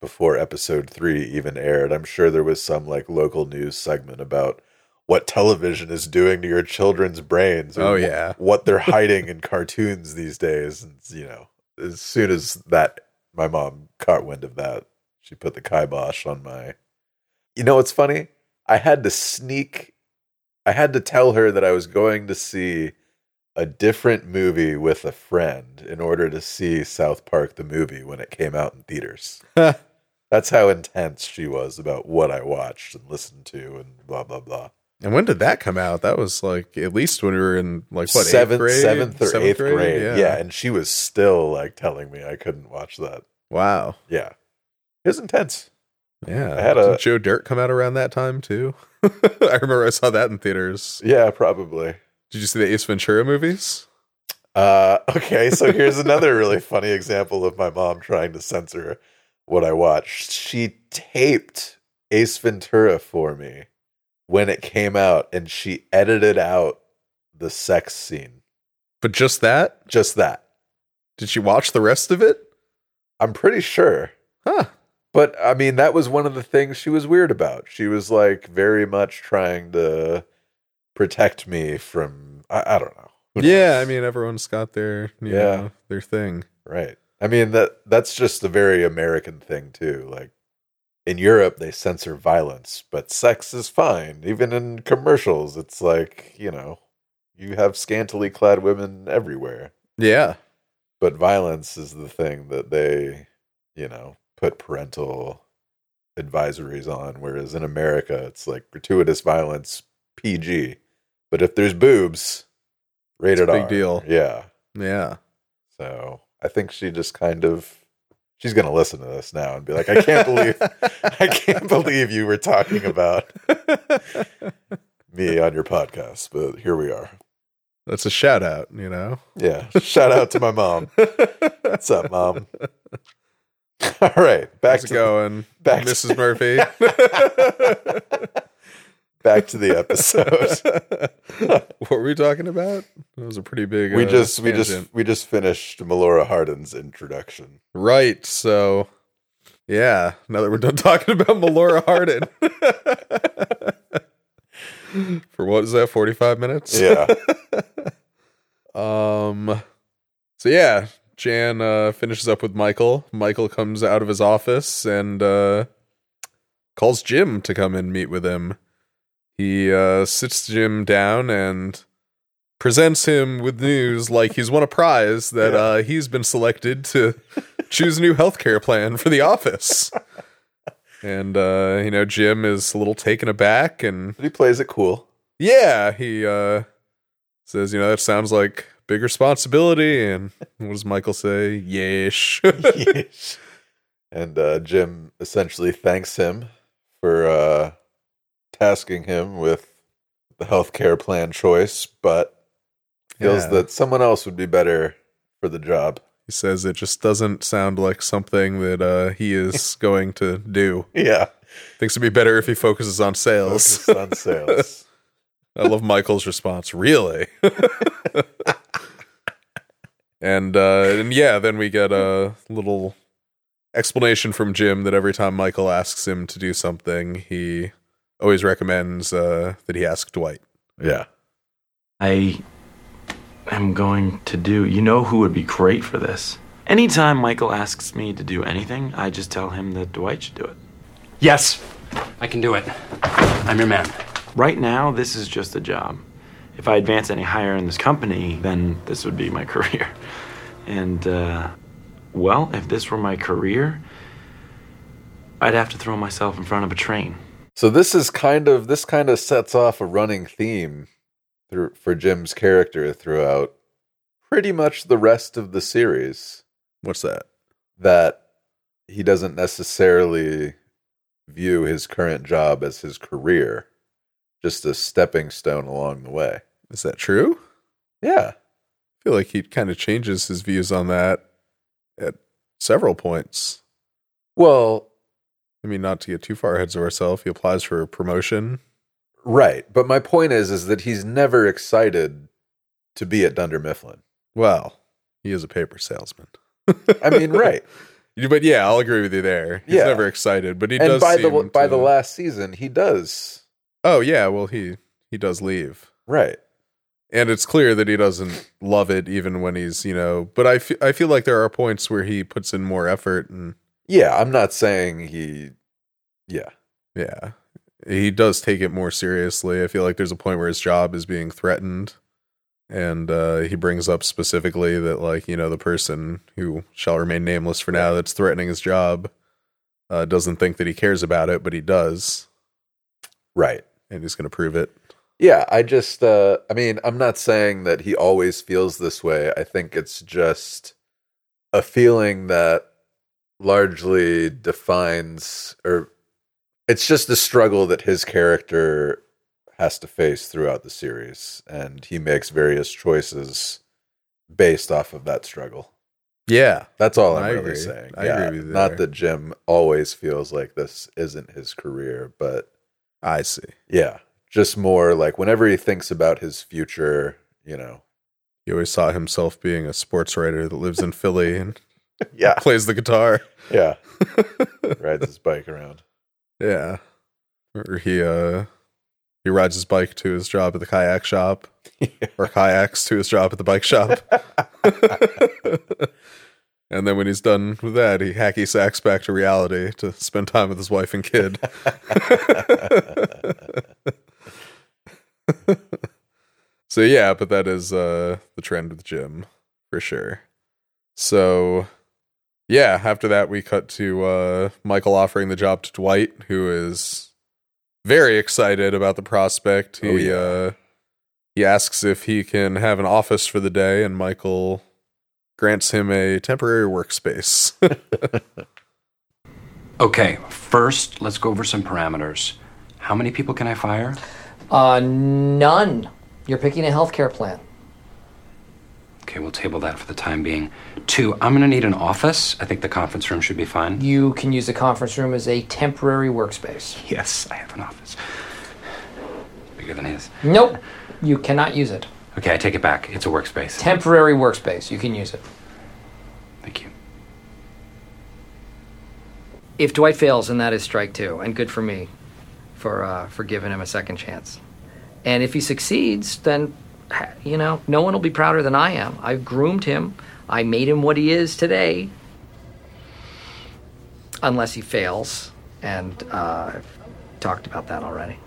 S2: before episode three even aired. I'm sure there was some like local news segment about what television is doing to your children's brains. or
S3: Oh,
S2: wh-
S3: yeah.
S2: what
S3: (laughs)
S2: they're hiding in cartoons these days. And you know, as soon as that, my mom caught wind of that. She put the kibosh on my. You know, what's funny. I had to sneak. I had to tell her that I was going to see a different movie with a friend in order to see South Park the movie when it came out in theaters. That's how intense she was about what I watched and listened to and blah blah blah.
S3: And when did that come out? That was like at least when we were in like what
S2: seventh,
S3: eighth grade,
S2: seventh or
S3: Seventh
S2: eighth grade. Yeah. and she was still like telling me I couldn't watch that.
S3: Wow.
S2: Yeah, it was intense.
S3: Yeah.
S2: I had
S3: Didn't
S2: a-
S3: Joe Dirt come out around that time too. (laughs) I remember I saw that in theaters.
S2: Yeah, probably.
S3: Did you see the Ace Ventura movies?
S2: Uh, (laughs) okay, so here's another really funny example of my mom trying to censor what I watched. She taped Ace Ventura for me when it came out, and she edited out the sex scene.
S3: But just that?
S2: Just that.
S3: Did she watch the rest of it?
S2: I'm pretty sure.
S3: Huh.
S2: But I mean, that was one of the things she was weird about. She was like very much trying to protect me from, I, I don't know. Who
S3: Yeah, I
S2: knows?
S3: mean everyone's got their you
S2: Yeah.
S3: know, their thing.
S2: right. I mean, that that's just a very American thing, too. Like in Europe, they censor violence, but sex is fine. Even in commercials, it's like, you know, you have scantily clad women everywhere.
S3: Yeah.
S2: But violence is the thing that they, you know, put parental advisories on. Whereas in America, it's like gratuitous violence, PG. But if there's boobs, rated
S3: big
S2: R.
S3: deal.
S2: Yeah.
S3: Yeah.
S2: So I think she just kind of, she's going to listen to this now and be like, I can't
S3: (laughs)
S2: believe, I can't believe you were talking about me on your podcast. But here we are.
S3: That's a shout out, you know.
S2: Yeah. Shout out to my mom. What's up, mom? (laughs) All right. Back
S3: How's it
S2: to
S3: going,
S2: back to-
S3: Mrs. (laughs) Murphy.
S2: back to the
S3: (laughs)
S2: episode.
S3: what were we talking about? That was a pretty big.
S2: we
S3: uh,
S2: just we just
S3: tangent.
S2: we just finished Melora Hardin's introduction.
S3: right. So, yeah. Now that we're done talking about Melora Hardin, (laughs) for what is that? Forty-five minutes. (laughs)
S2: Yeah.
S3: Um. So yeah, Jan uh, finishes up with Michael. Michael comes out of his office and uh, calls Jim to come and meet with him. He uh, sits Jim down and presents him with news like he's won a prize that
S2: Yeah.
S3: uh, he's been selected to choose a new healthcare plan for the office. and uh, you know, Jim is a little taken aback and
S2: he plays it cool.
S3: yeah, he uh, says, you know, that sounds like big responsibility. And what does Michael say? Yesh.
S2: Yes. (laughs) And uh, Jim essentially thanks him for uh, tasking him with the healthcare plan choice, but feels
S3: Yeah.
S2: that someone else would be better for the job.
S3: (laughs) he says it just doesn't sound like something that uh, he is going to do.
S2: (laughs) Yeah.
S3: Thinks it'd be better if he focuses on
S2: (laughs)
S3: sales.
S2: Focused on sales.
S3: (laughs) I love Michael's response. Really? (laughs) and uh, and yeah, then we get a little explanation from Jim that every time Michael asks him to do something, he always recommends uh, that he ask Dwight.
S2: yeah.
S7: I am going to do. You know who would be great for this? Anytime Michael asks me to do anything, I just tell him that Dwight should do it.
S8: Yes, I can do it. I'm your man.
S7: Right now, this is just a job. If I advance any higher in this company, then this would be my (laughs) career. And, uh, well, if this were my career, I'd have to throw myself in front of a train.
S2: So this is kind of this kind of sets off a running theme through, for Jim's character throughout pretty much the rest of the series
S3: What's that?
S2: that he doesn't necessarily view his current job as his career, just a stepping stone along the way.
S3: Is that true?
S2: Yeah.
S3: I feel like he kind of changes his views on that at several points.
S2: Well,
S3: I mean, not to get too far ahead of ourselves, he applies for a promotion.
S2: right. But my point is, is that he's never excited to be at Dunder Mifflin.
S3: Well, he is a paper salesman.
S2: I
S3: (laughs)
S2: mean, right.
S3: But yeah, I'll agree with you there. He's
S2: Yeah.
S3: never excited, but he
S2: and
S3: does.
S2: by the
S3: seem
S2: by
S3: to-
S2: the last season, he does.
S3: oh yeah, well he he does leave.
S2: Right.
S3: and it's clear that he doesn't love it even when he's you know but I fe- I feel like there are points where he puts in more effort and
S2: Yeah, I'm not saying he. Yeah.
S3: yeah he does take it more seriously i feel like there's a point where his job is being threatened and uh, he brings up specifically that like you know the person who shall remain nameless for now that's threatening his job uh, doesn't think that he cares about it but he does
S2: Right.
S3: and he's going to prove it
S2: Yeah, I just uh I mean, I'm not saying that he always feels this way. I think it's just a feeling that largely defines or it's just the struggle that his character has to face throughout the series and he makes various choices based off of that struggle.
S3: yeah
S2: That's all I'm
S3: I
S2: really
S3: agree.
S2: saying.
S3: I agree with you
S2: Not
S3: there.
S2: that Jim always feels like this isn't his career, but
S3: i see
S2: yeah, just more like whenever he thinks about his future, you know.
S3: he always saw himself being a sports writer that lives in philly and (laughs)
S2: Yeah,
S3: plays the guitar
S2: yeah. Rides his bike around.
S3: Yeah. Or he uh he rides his bike to his job at the kayak shop. Or kayaks to his job at the bike shop. and then when he's done with that, he hacky sacks back to reality to spend time with his wife and kid. (laughs) so yeah, but that is uh the trend with Jim for sure. So yeah, after that we cut to uh, Michael offering the job to Dwight, who is very excited about the prospect. He
S2: Oh, yeah.
S3: uh, he asks if he can have an office for the day, and Michael grants him a temporary workspace.
S8: Okay, first, let's go over some parameters. How many people can I fire?
S4: Uh, none. You're picking a healthcare plan.
S8: Okay, we'll table that for the time being. Two, I'm gonna need an office. I think the conference room should be fine.
S4: You can use the conference room as a temporary workspace.
S8: Yes, I have an office. Bigger than his.
S4: Nope. You cannot use it.
S8: Okay, I take it back. It's a workspace.
S4: Temporary workspace. You can use it.
S8: Thank you.
S4: If Dwight fails, then that is strike two, and good for me for uh, for giving him a second chance. And if he succeeds, then ha- you know no one will be prouder than I am. I've groomed him. I made him what he is today. Unless he fails, and uh, I've talked about that already.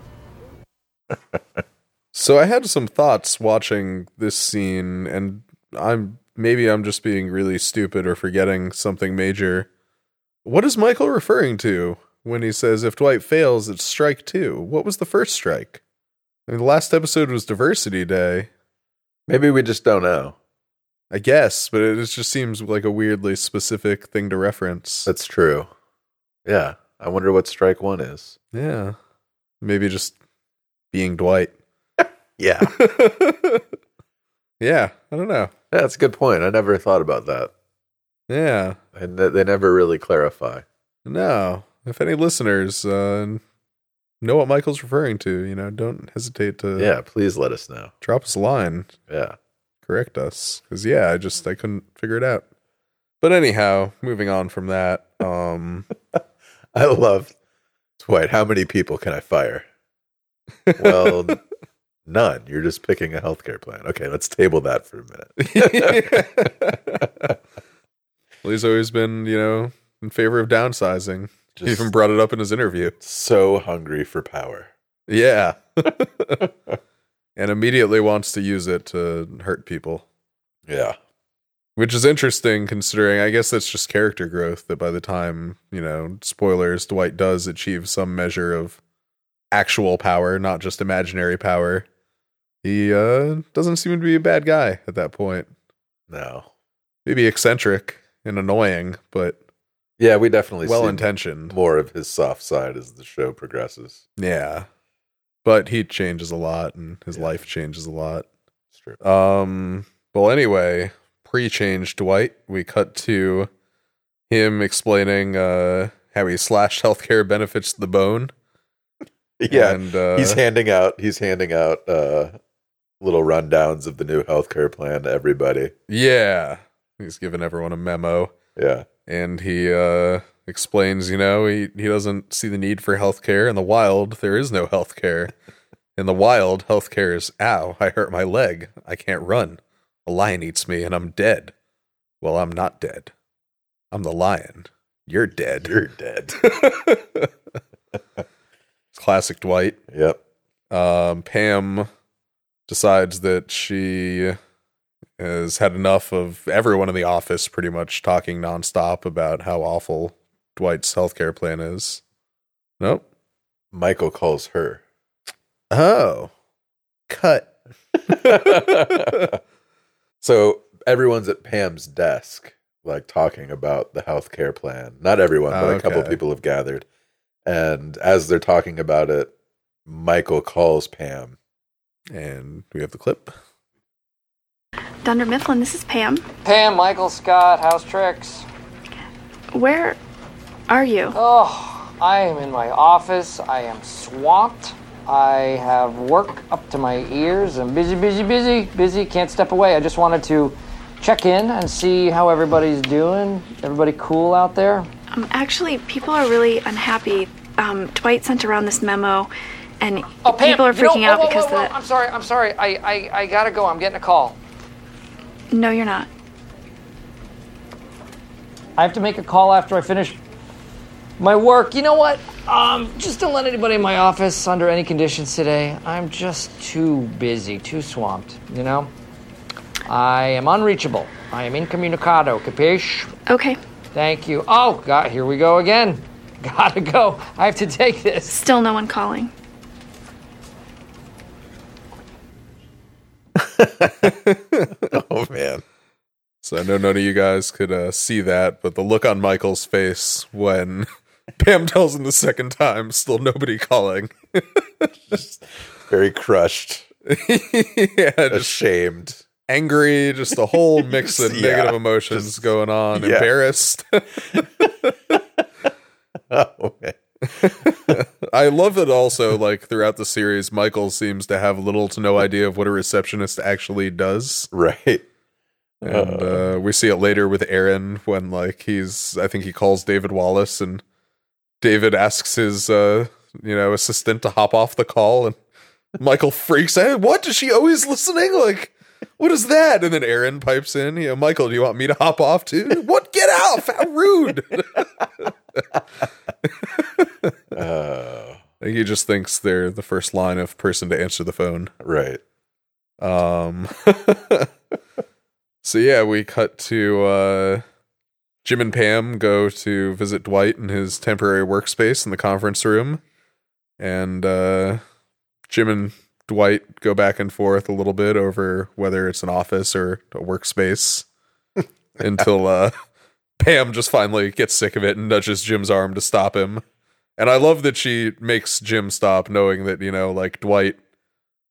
S3: So I had some thoughts watching this scene, and I'm maybe I'm just being really stupid or forgetting something major. What is Michael referring to when he says if Dwight fails, it's strike two? What was the first strike? I mean, the last episode was Diversity Day,
S2: Maybe we just don't know.
S3: I guess, but it just seems like a weirdly specific thing to reference.
S2: That's true. Yeah. I wonder what strike one is.
S3: yeah, maybe just being Dwight.
S2: Yeah.
S3: (laughs) yeah, I don't know.
S2: That's a good point. I never thought about that.
S3: Yeah.
S2: And th- they never really clarify.
S3: No. If any listeners uh, know what Michael's referring to, you know, don't hesitate to
S2: Yeah, please let us know.
S3: drop us a line,
S2: Yeah.
S3: correct us, because yeah, I just I couldn't figure it out. But anyhow, moving on from that, um, (laughs)
S2: I love Dwight. How many people can I fire? Well, none. You're just picking a healthcare plan. Okay, let's table that for a minute. (laughs)
S3: well, he's always been you know in favor of downsizing. He
S2: just
S3: even brought it up in his interview.
S2: so hungry for power.
S3: Yeah, (laughs) and immediately wants to use it to hurt people.
S2: Yeah.
S3: Which is interesting considering I guess that's just character growth that by the time, you know, spoilers, Dwight does achieve some measure of actual power, not just imaginary power. He uh doesn't seem to be a bad guy at that point.
S2: No.
S3: Maybe eccentric and annoying, but
S2: Yeah, we definitely
S3: well
S2: see
S3: intentioned.
S2: more of his soft side as the show progresses.
S3: Yeah. But he changes a lot and his life changes a lot.
S2: It's true.
S3: Um. Well, anyway, pre-change Dwight. We cut to him explaining uh, how he slashed (laughs) healthcare benefits to the bone.
S2: Yeah,
S3: and uh,
S2: he's handing out he's handing out uh, little rundowns of the new healthcare plan to everybody.
S3: yeah, he's giving everyone a memo,
S2: Yeah,
S3: and he uh, explains, you know, he he doesn't see the need for healthcare in the wild. There is no healthcare in the wild. Healthcare is ow, I hurt my leg, I can't run, a lion eats me, and I'm dead. Well, I'm not dead. I'm the lion. You're dead.
S2: you're dead.
S3: Classic Dwight.
S2: (laughs) yep.
S3: um, Pam decides that she has had enough of everyone in the office pretty much talking nonstop about how awful Dwight's healthcare plan is. Nope.
S2: Michael calls her.
S3: Oh, cut.
S2: (laughs) so everyone's at Pam's desk, like talking about the healthcare plan. Not everyone, but a couple
S3: Okay.
S2: people have gathered. And as they're talking about it, Michael calls Pam.
S3: And we have the clip.
S9: Dunder Mifflin, this is Pam.
S4: Pam, Michael, Scott, House Tricks.
S9: Where are you?
S4: Oh, I am in my office. I am swamped. I have work up to my ears. I'm busy, busy, busy, busy. Can't step away. I just wanted to check in and see how everybody's doing. Everybody cool out there?
S9: Um, actually, people are really unhappy. Um, Dwight sent around this memo, and people are
S4: Oh, you know-
S9: freaking out
S4: whoa, whoa,
S9: because
S4: whoa, whoa,
S9: of
S4: I'm sorry. I'm sorry. I, I I gotta go. I'm getting a call.
S9: that. No, you're not.
S4: I have to make a call after I finish my work. You know what? Um, just don't let anybody in my office under any conditions today. I'm just too busy, too swamped, you know? I am unreachable. I am incommunicado, capiche?
S9: Okay,
S4: Thank you. Oh, God, here we go again. (laughs) Gotta go. I have to take this.
S9: still no one calling.
S2: Oh man.
S3: So I know none of you guys could uh, see that, but the look on Michael's face when (laughs) Pam tells him the second time, still nobody calling. (laughs)
S2: Very (laughs) crushed,
S3: yeah, just
S2: ashamed. (laughs)
S3: angry, just a whole mix of
S2: Yeah,
S3: negative emotions going on,
S2: yeah.
S3: embarrassed.
S2: Oh man.
S3: I love it also, like throughout the series, Michael seems to have little to no idea of what a receptionist actually does.
S2: Right.
S3: And uh, we see it later with Aaron when, like, he's, I think he calls David Wallace and David asks his, uh, you know, assistant to hop off the call. And Michael freaks out. What? Is she always listening? Like, what is that? And then Aaron pipes in, you know, Michael, do you want me to hop off too? what? Get off. How rude. (laughs)
S2: Oh,
S3: He just thinks they're the first line of person to answer the phone.
S2: right.
S3: Um (laughs) So yeah, we cut to uh Jim and Pam go to visit Dwight in his temporary workspace in the conference room. And uh Jim and Dwight go back and forth a little bit over whether it's an office or a workspace until uh Pam just finally gets sick of it and nudges Jim's arm to stop him. And I love that she makes Jim stop knowing that, you know, like Dwight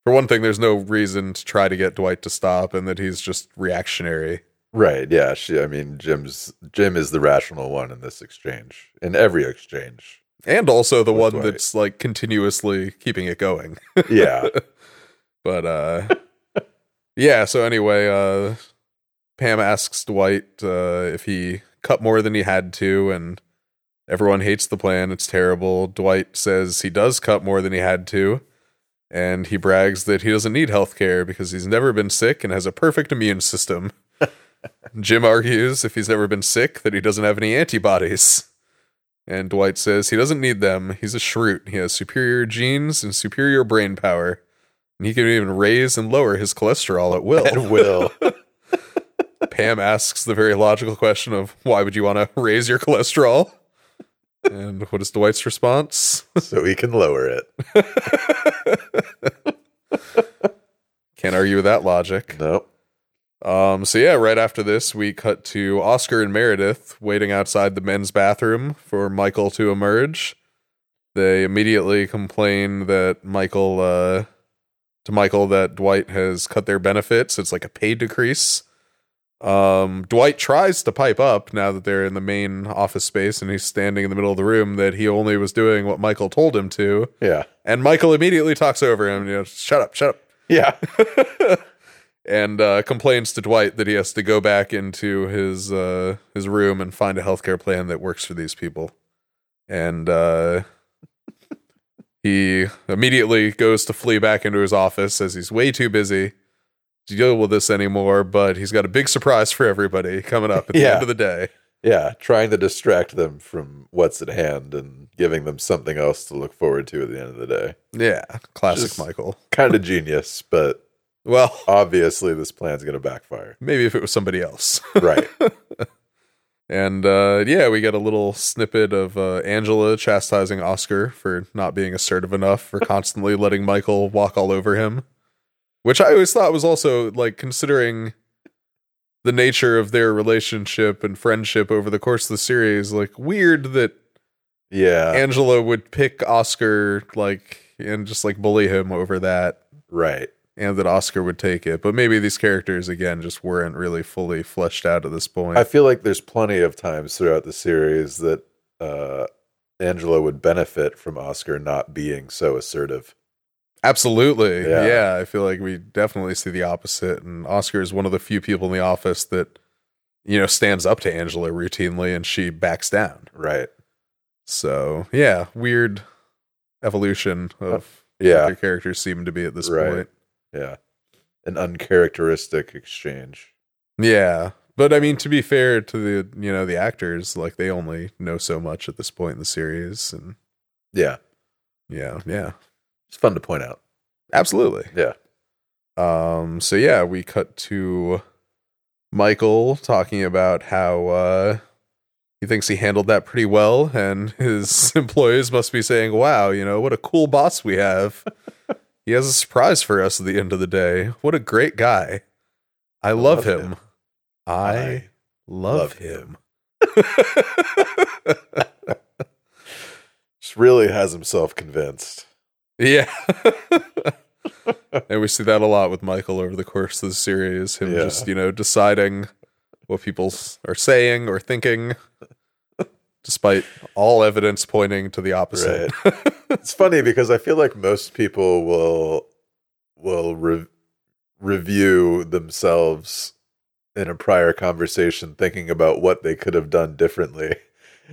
S3: for one thing, there's no reason to try to get Dwight to stop, and that he's just reactionary.
S2: Right. Yeah. She, I mean, Jim's Jim is the rational one in this exchange, in every exchange.
S3: And also the
S2: With
S3: one
S2: Dwight.
S3: that's like continuously keeping it going.
S2: Yeah.
S3: But uh (laughs) yeah, so anyway, uh Pam asks Dwight uh if he cut more than he had to and everyone hates the plan, it's terrible. Dwight says he does cut more than he had to and he brags that he doesn't need health care because he's never been sick and has a perfect immune system. Jim argues if he's never been sick that he doesn't have any antibodies. And Dwight says he doesn't need them. He's a shroot. He has superior genes and superior brain power. And he can even raise and lower his cholesterol at will.
S2: And Will.
S3: Pam asks the very logical question of why would you want to raise your cholesterol? and what is Dwight's response?
S2: so he can lower it.
S3: Can't argue with that logic.
S2: Nope.
S3: Um, so yeah, right after this, we cut to Oscar and Meredith waiting outside the men's bathroom for Michael to emerge. They immediately complain that Michael, uh, to Michael, that Dwight has cut their benefits. It's like a pay decrease, Um, Dwight tries to pipe up now that they're in the main office space and he's standing in the middle of the room that he only was doing what Michael told him to.
S2: Yeah.
S3: And Michael immediately talks over him, you know, shut up, shut up.
S2: Yeah.
S3: and uh, complains to Dwight that he has to go back into his uh, his room and find a healthcare plan that works for these people. And uh, he immediately goes to flee back into his office as he's way too busy to deal with this anymore. But he's got a big surprise for everybody coming up at the
S2: Yeah.
S3: end of the day.
S2: Yeah. Trying to distract them from what's at hand and giving them something else to look forward to at the end of the day.
S3: Yeah, classic
S2: Just-
S3: Michael.
S2: Kind of genius, but
S3: Well,
S2: obviously this plan's going to backfire.
S3: maybe if it was somebody else.
S2: Right.
S3: And uh, yeah, we get a little snippet of uh, Angela chastising Oscar for not being assertive enough,
S2: (laughs)
S3: for constantly letting Michael walk all over him, which I always thought was also like considering the nature of their relationship and friendship over the course of the series, like weird that
S2: Yeah.
S3: Angela would pick Oscar like and just like bully him over that,
S2: right.
S3: and that Oscar would take it. But maybe these characters again just weren't really fully fleshed out at this point.
S2: I feel like there's plenty of times throughout the series that uh, Angela would benefit from Oscar not being so assertive.
S3: Absolutely. Yeah.
S2: Yeah.
S3: I feel like we definitely see the opposite. And Oscar is one of the few people in the office that, you know, stands up to Angela routinely and she backs down.
S2: Right.
S3: So, yeah, weird evolution of
S2: Uh, Yeah.
S3: what their characters seem to be at this
S2: Right.
S3: point.
S2: Yeah. An uncharacteristic exchange.
S3: Yeah. But I mean, to be fair to the, you know, the actors, like they only know so much at this point in the series. And
S2: Yeah.
S3: yeah, yeah,
S2: It's fun to point out.
S3: absolutely.
S2: Yeah.
S3: Um, so yeah, we cut to Michael talking about how uh, he thinks he handled that pretty well, and his (laughs) employees must be saying, "Wow, you know what a cool boss we have." he has a surprise for us at the end of the day. What a great guy! I love,
S2: love
S3: him.
S2: him.
S3: I,
S2: I
S3: love,
S2: love
S3: him.
S2: (laughs) Just really has himself convinced.
S3: Yeah. (laughs) and we see that a lot with Michael over the course of the series. Him
S2: Yeah.
S3: just, you know, deciding what people s- are saying
S2: (laughs)
S3: or thinking, despite all evidence pointing to the opposite.
S2: it's funny because I feel like most people will will re- review themselves in a prior conversation thinking about what they could have done differently.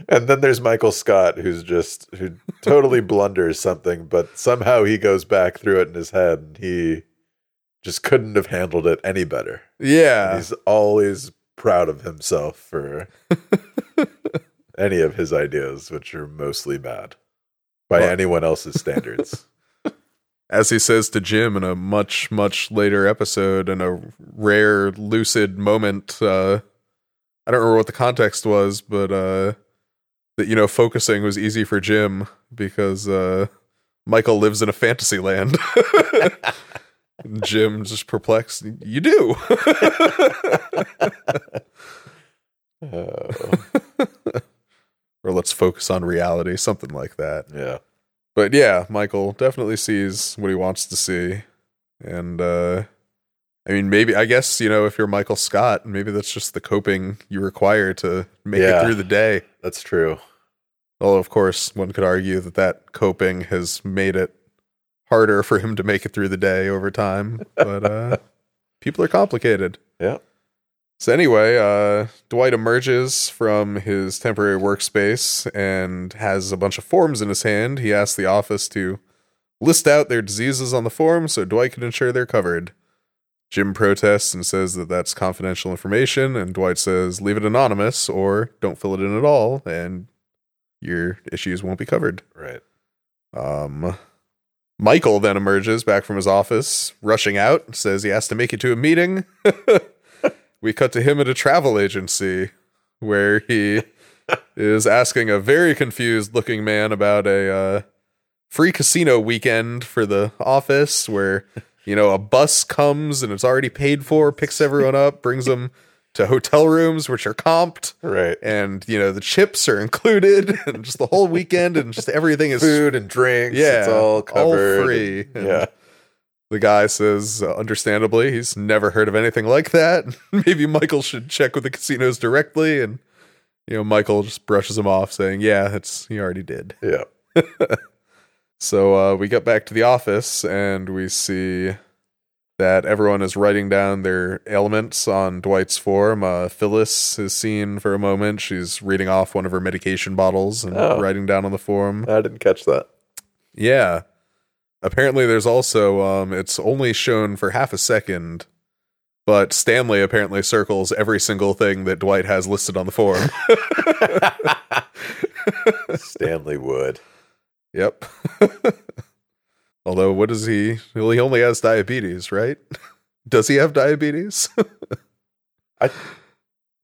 S2: And then there's Michael Scott who's just who totally blunders something but somehow he goes back through it in his head and he just couldn't have handled it any better.
S3: (laughs) yeah.
S2: He's always proud of himself
S3: (laughs)
S2: for any of his ideas, which are mostly bad by
S3: Well-
S2: anyone else's
S3: (laughs)
S2: standards.
S3: As he says to Jim in a much, much later episode, in a rare lucid moment, uh, I don't remember what the context was, but uh, that, you know, focusing was easy for Jim because uh, Michael lives in a fantasy land. (laughs) Jim just perplexed. You do. (laughs)
S2: Oh,
S3: or let's focus on reality, something like that.
S2: yeah.
S3: but yeah, Michael definitely sees what he wants to see. And uh I mean maybe I guess, you know, if you're Michael Scott, maybe that's just the coping you require to make
S2: Yeah.
S3: it through the day.
S2: That's true.
S3: Although of course, one could argue that that coping has made it harder (laughs) for him to make it through the day over time, but uh people are complicated.
S2: Yeah.
S3: So anyway, uh, Dwight emerges from his temporary workspace and has a bunch of forms in his hand. He asks the office to list out their diseases on the form so Dwight can ensure they're covered. Jim protests and says that that's confidential information, and Dwight says leave it anonymous or don't fill it in at all, and your issues won't be covered.
S2: Right.
S3: Um, Michael then emerges back from his office, rushing out, says he has to make it to a meeting. (laughs) we cut to him at a travel agency where he is asking a very confused looking man about a uh, free casino weekend for the office where, you know, a bus comes and it's already paid for, picks everyone up, brings them to hotel rooms, which are comped.
S2: Right.
S3: And you know the chips are included, (laughs) and just the whole weekend, and just everything is
S2: Food and drinks.
S3: yeah,
S2: It's all covered.
S3: free.
S2: (laughs) Yeah.
S3: The guy says, uh, understandably, he's never heard of anything like that. (laughs) Maybe Michael should check with the casinos directly. And, you know, Michael just brushes him off, saying, yeah, that's, he already did.
S2: Yeah.
S3: So uh, we get back to the office and we see that everyone is writing down their ailments on Dwight's form. Uh, Phyllis is seen for a moment. She's reading off one of her medication bottles and
S2: Oh.
S3: writing down on the form.
S2: I didn't catch
S3: (laughs)
S2: that.
S3: Yeah. Apparently, there's also, um, it's only shown for half a second, but Stanley apparently circles every single thing that Dwight has listed on the form.
S2: Stanley Wood.
S3: Yep. (laughs) Although, what does he? Well, he only has diabetes, right? (laughs) Does he have diabetes? (laughs)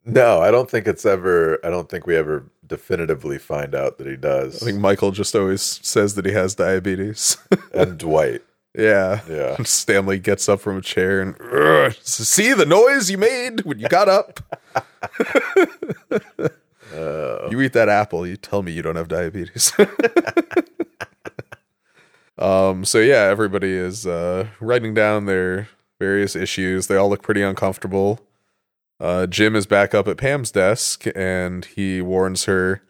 S2: No, I don't think it's ever. I don't think we ever definitively find out that he
S3: I
S2: does.
S3: think Michael just always says that he has diabetes. (laughs)
S2: and Dwight.
S3: yeah.
S2: Yeah.
S3: (laughs) Stanley gets up from a chair and "Ugh, see the noise you made when you got up.
S2: Uh,
S3: You eat that apple, you tell me you don't have diabetes. (laughs) um, so yeah, everybody is uh, writing down their various issues. They all look pretty uncomfortable. Uh, Jim is back up at Pam's desk, and he warns her,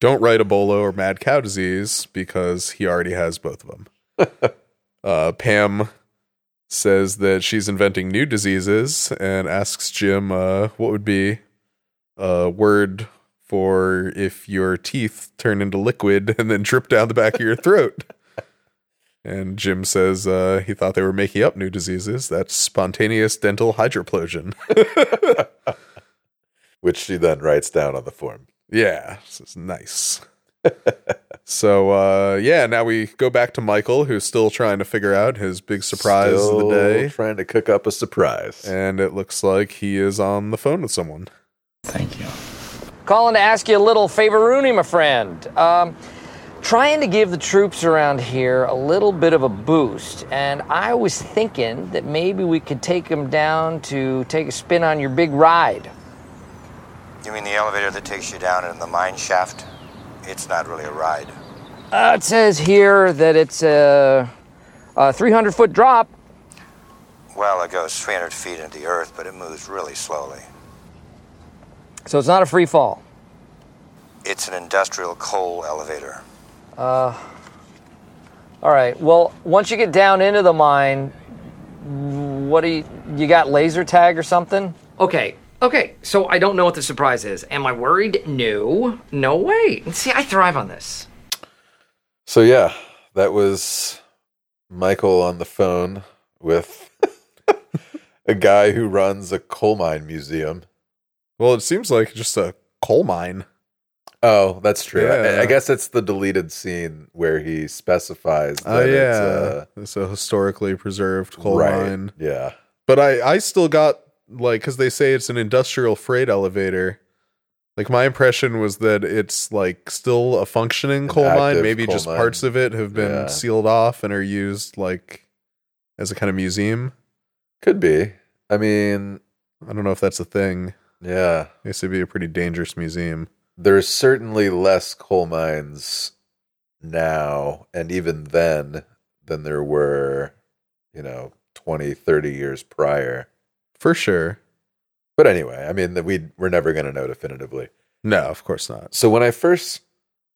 S3: "Don't write Ebola or mad cow disease because he already has both of them." uh, Pam says that she's inventing new diseases and asks Jim uh, what would be a word for if your teeth turn into liquid (laughs) and then drip down the back of your throat. And Jim says uh, he thought they were making up new diseases. That's spontaneous dental hydroplosion. (laughs)
S2: which she then writes down on the form.
S3: Yeah, this is nice. so uh, yeah, now we go back to Michael, who's still trying to figure out his big surprise of
S2: Still
S3: the day,
S2: Trying to cook up a surprise.
S3: and it looks like he is on the phone with someone.
S10: Thank you.
S4: Calling to ask you a little favoroony, my friend. Um, trying to give the troops around here a little bit of a boost, and I was thinking that maybe we could take them down to take a spin on your big ride.
S10: You mean the elevator that takes you down in the mine shaft? It's not really a ride.
S4: Uh, it says here that it's a, a 300 foot drop.
S10: Well, it goes 300 feet into the earth, but it moves really slowly.
S4: So it's not a free fall.
S10: It's an industrial coal elevator.
S4: All right. Well, once you get down into the mine, what do you, you got laser tag or something? Okay. Okay. So I don't know what the surprise is. Am I worried? No. No way. See, I thrive on this.
S2: So yeah, that was Michael on the phone with (laughs) a guy who runs a coal mine museum.
S3: Well, it seems like just a coal mine.
S2: Oh, that's true. I,
S3: Yeah.
S2: I guess it's the deleted scene where he specifies that
S3: Oh yeah,
S2: it's
S3: it's a historically preserved
S2: a
S3: coal
S2: right,
S3: mine.
S2: Yeah.
S3: But I, I still got like because they say it's an industrial freight elevator. Like my impression was that it's like still a functioning
S2: An
S3: coal mine.
S2: active
S3: Maybe
S2: coal
S3: just
S2: mine.
S3: parts of it have been
S2: Yeah.
S3: sealed off and are used like as a kind of museum.
S2: Could be. I mean,
S3: I don't know if that's a thing.
S2: yeah.
S3: It used to be a pretty dangerous museum.
S2: There's certainly less coal mines now and even then than there were, you know, 20, 30 years prior.
S3: For sure.
S2: But anyway, I mean, that we we're never going to know definitively.
S3: No, of course not.
S2: So when I first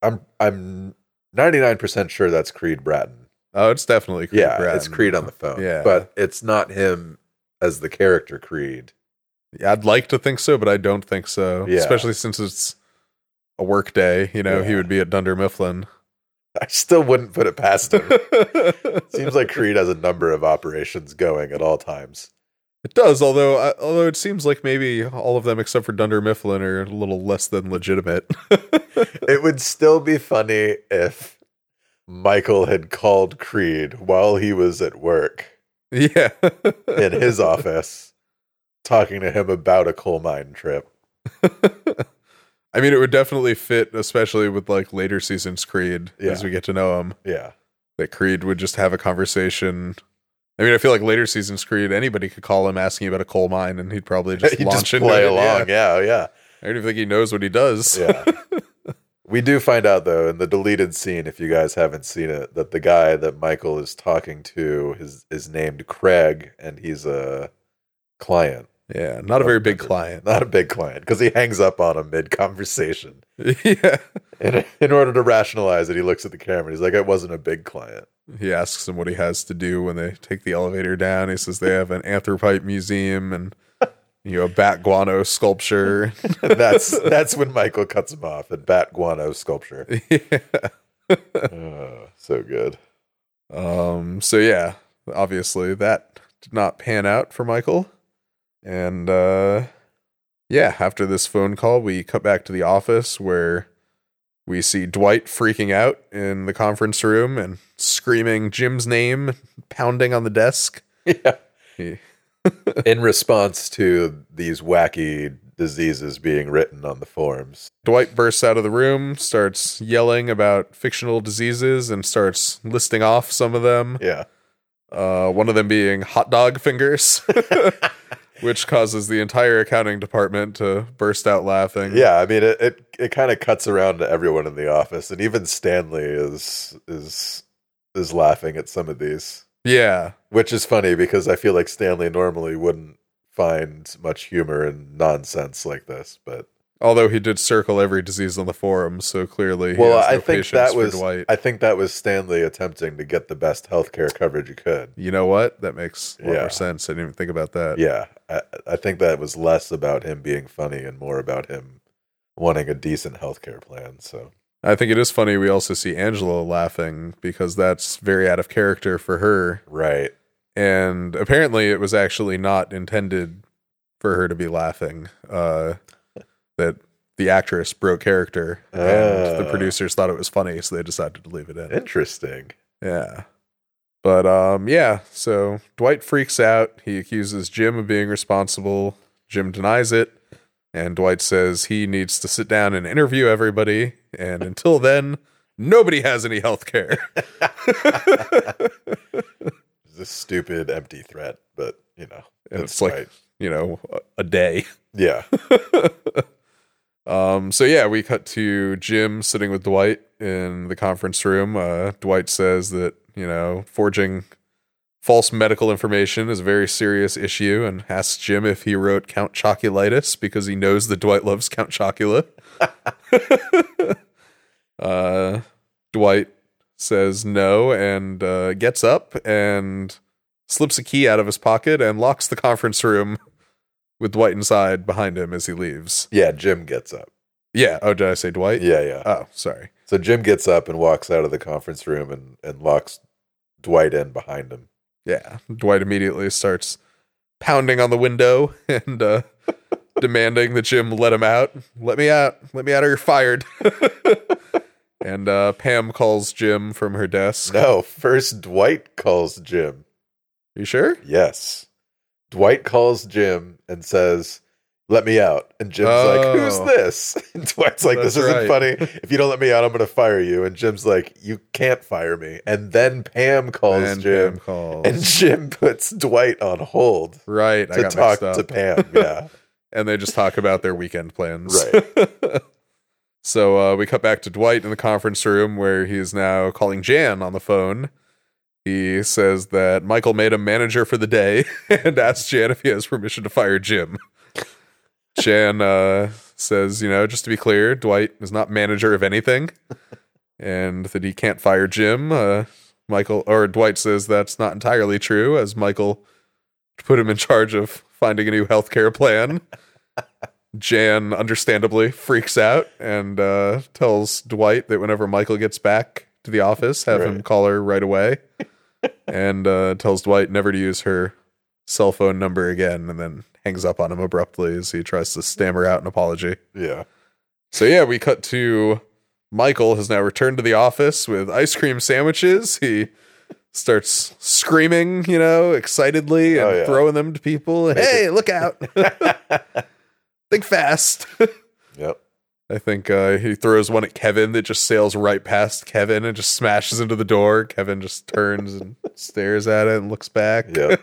S2: I'm I'm 99% sure that's Creed Bratton.
S3: Oh, it's definitely Creed
S2: yeah, it's
S3: Bratton.
S2: Creed on the phone.
S3: Yeah.
S2: But it's not him as the character Creed.
S3: Yeah, I'd like to think so, but I don't think so.
S2: Yeah.
S3: Especially since it's a work day. You know, he
S2: Yeah.
S3: would be at Dunder
S2: (laughs)
S3: Mifflin.
S2: I still wouldn't put it past
S3: (laughs)
S2: him. Seems like Creed has a number of operations going at all times.
S3: It does, although I, although it seems like maybe all of them except for Dunder Mifflin are a little less than legitimate. (laughs)
S2: It would still be funny if Michael had called Creed while he was at work
S3: yeah,
S2: in
S3: (laughs)
S2: his office talking to him about a coal mine trip.
S3: I mean, it would definitely fit, especially with like later seasons Creed as
S2: Yeah.
S3: we get to know him.
S2: Yeah. (laughs)
S3: That Creed would just have a conversation. I mean, I feel like later seasons Creed, anybody could call him asking about a coal mine, and
S2: (laughs)
S3: he'd probably just
S2: you
S3: launch
S2: just
S3: into
S2: play
S3: it,
S2: along.
S3: Yeah.
S2: Yeah, yeah.
S3: I don't even think he knows what he does.
S2: Yeah. We do find out though in the deleted scene, if you guys haven't seen it, that the guy that Michael is talking to is is named Craig, and he's a client,
S3: (laughs) Yeah, not a very big client. (laughs)
S2: not a big client, because he hangs up on him mid conversation.
S3: yeah.
S2: In, (laughs) in order to rationalize it, he looks at the camera. and He's like, "I wasn't a big client."
S3: He asks him what he has to do when they take the elevator down. He says they have an anthropite museum and you know a bat guano sculpture. (laughs)
S2: And that's that's when Michael cuts him off at Bat Guano sculpture.
S3: yeah.
S2: (laughs) Oh, so good.
S3: Um, so yeah, obviously that did not pan out for Michael. And uh yeah, after this phone call, we cut back to the office where we see Dwight freaking out in the conference room and screaming Jim's name, pounding on the desk.
S2: Yeah.
S3: He-
S2: in response to these wacky diseases being written on the forms.
S3: Dwight bursts out of the room, starts yelling about fictional diseases and starts listing off some of them.
S2: Yeah.
S3: uh, one of them being hot dog fingers, (laughs) which causes the entire accounting department to burst out laughing.
S2: Yeah, I mean it it, it kind of cuts around to everyone in the office and even Stanley is is is laughing at some of these,
S3: Yeah.
S2: which is funny because I feel like Stanley normally wouldn't find much humor in nonsense like this, but
S3: Although he did circle every disease on the forum, so clearly he
S2: well,
S3: has
S2: I
S3: no
S2: think
S3: patience
S2: that
S3: for
S2: was
S3: Dwight.
S2: I think that was Stanley attempting to get the best healthcare coverage he could.
S3: you know what? That makes a lot
S2: Yeah.
S3: more sense. I didn't even think about that.
S2: Yeah, I, I think that was less about him being funny and more about him wanting a decent healthcare plan. So
S3: I think it is funny we also see Angela laughing because that's very out of character for her.
S2: right,
S3: And apparently it was actually not intended for her to be laughing. Uh that the actress broke character and the
S2: Ah.
S3: producers thought it was funny, so they decided to leave it in.
S2: interesting.
S3: Yeah. But um yeah, so Dwight freaks out. He accuses Jim of being responsible. Jim denies it, and Dwight says he needs to sit down and interview everybody, and until then, nobody has any health care.
S2: It's a stupid empty threat, but you know,
S3: And
S2: that's
S3: it's like,
S2: right.
S3: you know, a- a day.
S2: yeah,
S3: Um, so yeah, we cut to Jim sitting with Dwight in the conference room. Uh, Dwight says that you know forging false medical information is a very serious issue, and asks Jim if he wrote Count Chocolitis because he knows that Dwight loves Count Chocula. (laughs) uh, Dwight says no and uh, gets up and slips a key out of his pocket and locks the conference room with Dwight inside behind him as he leaves.
S2: yeah. Jim gets up.
S3: Yeah. Oh, did I say Dwight?
S2: Yeah, yeah.
S3: Oh, sorry.
S2: So Jim gets up and walks out of the conference room and and locks Dwight in behind him.
S3: Yeah. Dwight immediately starts pounding on the window (laughs)
S2: (laughs)
S3: and uh, demanding that Jim let him out. Let me out. Let me out or you're fired. (laughs) and uh, Pam calls Jim from her desk.
S2: No, first Dwight calls Jim.
S3: You sure?
S2: Yes. Dwight calls Jim and says, Let me out. And Jim's like, Who's
S3: Oh.
S2: this? (laughs) And Dwight's like, This
S3: That's
S2: isn't
S3: right.
S2: funny. If you don't let me out, I'm going to fire you. And Jim's like, You can't fire me. And then Pam calls
S3: and
S2: Jim.
S3: Pam calls.
S2: And Jim puts Dwight on hold
S3: right. I
S2: to
S3: got
S2: talk
S3: mixed up.
S2: to Pam.
S3: (laughs)
S2: Yeah.
S3: and they just talk about their weekend plans.
S2: right.
S3: So uh, we cut back to Dwight in the conference room where he is now calling Jan on the phone. He says that Michael made him manager for the day (laughs) and asks Jan if he has permission to fire Jim. Jan uh, says, you know, just to be clear, Dwight is not manager of anything and that he can't fire Jim. Uh, Michael or Dwight says that's not entirely true, as Michael put him in charge of finding a new healthcare plan. Jan understandably freaks out and uh, tells Dwight that whenever Michael gets back to the office, have him
S2: Right.
S3: call her right away, (laughs) and uh, tells Dwight never to use her cell phone number again, and then hangs up on him abruptly as he tries to stammer out an apology.
S2: Yeah.
S3: So yeah, we cut to Michael has now returned to the office with ice cream sandwiches. He starts screaming, you know, excitedly and
S2: Oh, yeah.
S3: throwing them to people. hey,
S2: (laughs)
S3: look out! Think fast.
S2: Yep.
S3: I think uh, he throws one at Kevin that just sails right past Kevin and just smashes into the door. Kevin just turns and stares at it and looks back.
S2: Yep.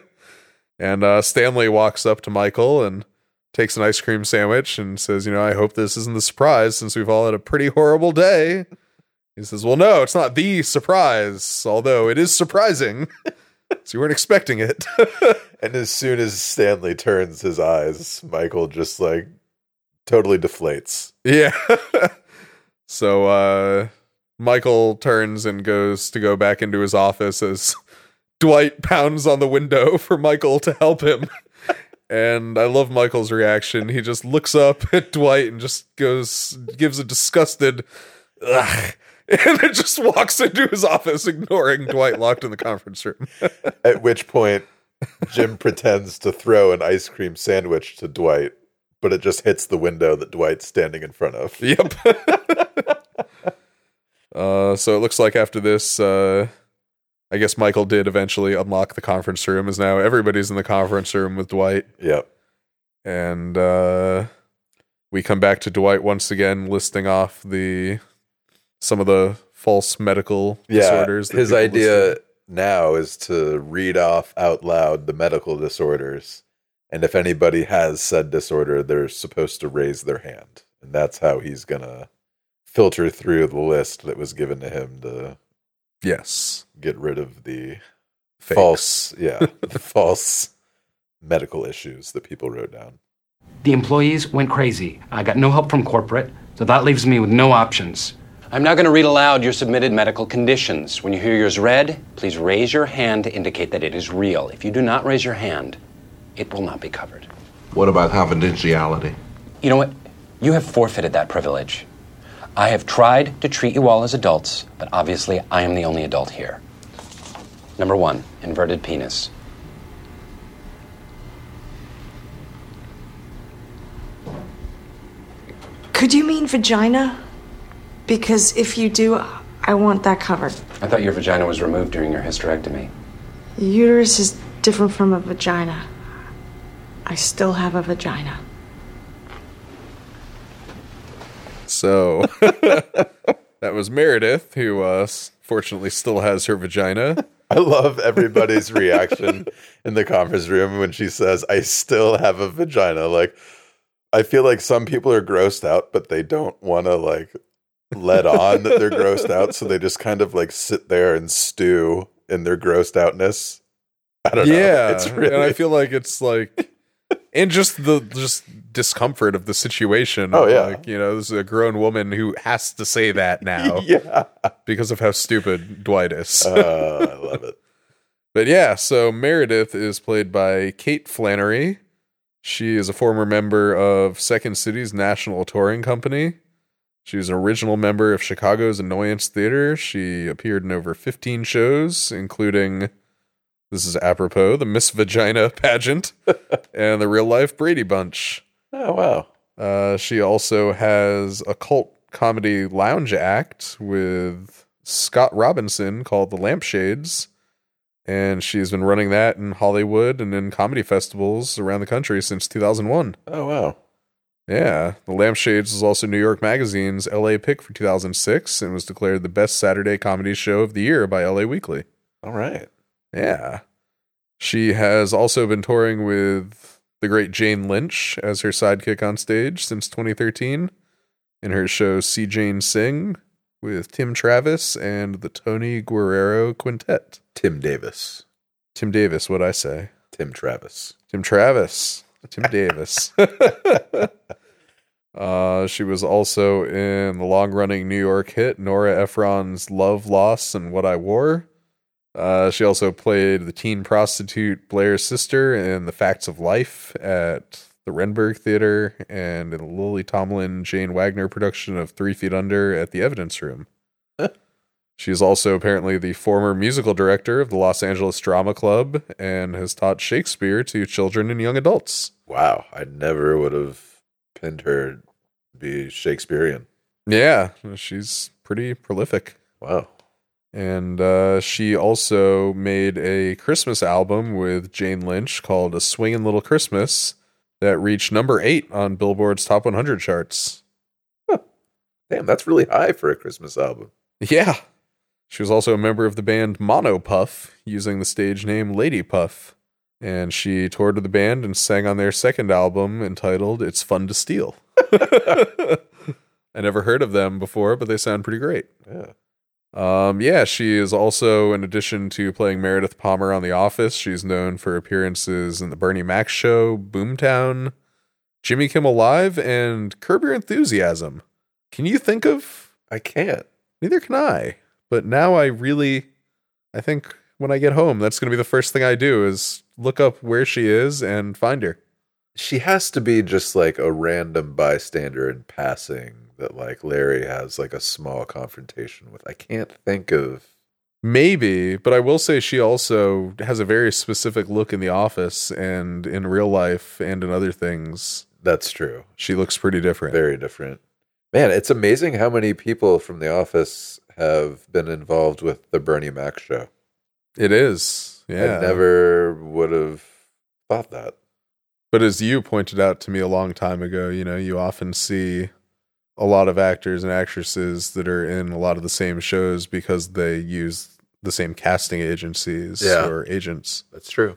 S3: And uh, Stanley walks up to Michael and takes an ice cream sandwich and says, You know, I hope this isn't the surprise since we've all had a pretty horrible day. He says, Well, no, it's not the surprise, although it is surprising. (laughs) so you weren't expecting it. (laughs)
S2: And as soon as Stanley turns his eyes, Michael just like totally deflates.
S3: Yeah. (laughs) so uh Michael turns and goes to go back into his office as (laughs) Dwight pounds on the window (laughs) for Michael to help him. and I love Michael's reaction. He just looks up at Dwight and just goes gives a disgusted Ugh. (laughs) And then just walks into his office, ignoring Dwight locked in the conference room.
S2: At which point, Jim (laughs) pretends to throw an ice cream sandwich to Dwight, but it just hits the window that Dwight's standing in front of.
S3: Yep. (laughs) uh, so it looks like after this, uh, I guess Michael did eventually unlock the conference room. Is now everybody's in the conference room with Dwight,
S2: Yep.
S3: and uh, we come back to Dwight once again, listing off the some of the false medical disorders. that
S2: His
S3: people
S2: idea
S3: listed.
S2: now is to read off out loud the medical disorders. And if anybody has said disorder, they're supposed to raise their hand. And that's how he's going to filter through the list that was given to him to
S3: Yes,
S2: get rid of the
S3: Fakes.
S2: false, yeah, the (laughs) false medical issues that people wrote down.
S8: The employees went crazy. I got no help from corporate, so that leaves me with no options. I'm now going to read aloud your submitted medical conditions. When you hear yours read, please raise your hand to indicate that it is real. If you do not raise your hand, it will not be covered.
S11: What about confidentiality?
S8: You know what? You have forfeited that privilege. I have tried to treat you all as adults, but obviously I am the only adult here. Number one, inverted penis.
S12: Could you mean vagina? Because if you do, I want that covered.
S8: I thought your vagina was removed during your hysterectomy.
S12: The uterus is different from a vagina. I still have a vagina.
S2: (laughs)
S3: so that was Meredith, who uh, s- fortunately still has her vagina.
S2: I love everybody's reaction in the conference room when she says, I still have a vagina. Like, I feel like some people are grossed out, but they don't want to, like, let on that they're grossed out. So they just kind of, like, sit there and stew in their grossed outness. I don't know.
S3: yeah,
S2: It's really,
S3: and I feel like
S2: (laughs)
S3: it's like, and just the just discomfort of the situation.
S2: Oh, yeah.
S3: like, you know, this is a grown woman who has to say that
S2: (laughs) (laughs)
S3: now
S2: yeah.
S3: because of how stupid Dwight is.
S2: Uh, I love it.
S3: But yeah, so Meredith is played by Kate Flannery. She is a former member of Second City's National Touring Company. She was an original member of Chicago's Annoyance Theater. She appeared in over 15 shows, including this is apropos the Miss
S2: (laughs)
S3: Vagina (laughs) pageant and the real life Brady Bunch.
S2: Oh, wow.
S3: Uh, she also has a cult comedy lounge act with Scott Robinson called The Lampshades. And she's been running that in Hollywood and in comedy festivals around the country since 2001.
S2: Oh, wow.
S3: Yeah. The Lampshades was also New York Magazine's LA pick for 2006 and was declared the best Saturday comedy show of the year by LA Weekly.
S2: All right.
S3: Yeah. She has also been touring with the great Jane Lynch as her sidekick on stage since 2013 in her show See Jane Sing with Tim Travis and the Tony Guerrero Quintet.
S2: Tim Davis.
S3: Tim Davis, what I say.
S2: Tim Travis.
S3: Tim Travis. Tim Davis. (laughs) uh, she was also in the long running New York hit Nora Ephron's Love, Loss, and What I Wore. Uh, she also played the teen prostitute Blair's sister in The Facts of Life at the Renberg Theater and in the Lily Tomlin Jane Wagner production of Three Feet Under at the Evidence Room. She is also apparently the former musical director of the Los Angeles Drama Club and has taught Shakespeare to children and young adults.
S2: Wow. I never would have pinned her to be Shakespearean.
S3: Yeah, she's pretty prolific.
S2: Wow.
S3: And uh, she also made a Christmas album with Jane Lynch called A Swingin' Little Christmas that reached number eight on Billboard's Top 100 charts.
S2: Damn, that's really high for a Christmas album.
S3: Yeah. She was also a member of the band Mono Puff, using the stage name Lady Puff. and she toured with the band and sang on their second album entitled It's Fun to Steal. (laughs) I never heard of them before, but they sound pretty great.
S2: Yeah.
S3: Um, yeah, she is also, in addition to playing Meredith Palmer on The Office, she's known for appearances in The Bernie Mac Show, Boomtown, Jimmy Kimmel Live, and Curb Your Enthusiasm. Can you think of?
S2: I can't.
S3: Neither can I. But now I really, I think when I get home, that's going to be the first thing I do is look up where she is and find her.
S2: She has to be just like a random bystander in passing that like Larry has like a small confrontation with. I can't think of
S3: Maybe, but I will say she also has a very specific look in the office and in real life and in other things.
S2: That's true.
S3: She looks pretty different.
S2: Very different. Man, it's amazing how many people from the office have been involved with the Bernie Mac show.
S3: It is. Yeah.
S2: I never would have thought that.
S3: But as you pointed out to me a long time ago, you know, you often see a lot of actors and actresses that are in a lot of the same shows because they use the same casting agencies
S2: Yeah.
S3: or agents.
S2: That's true.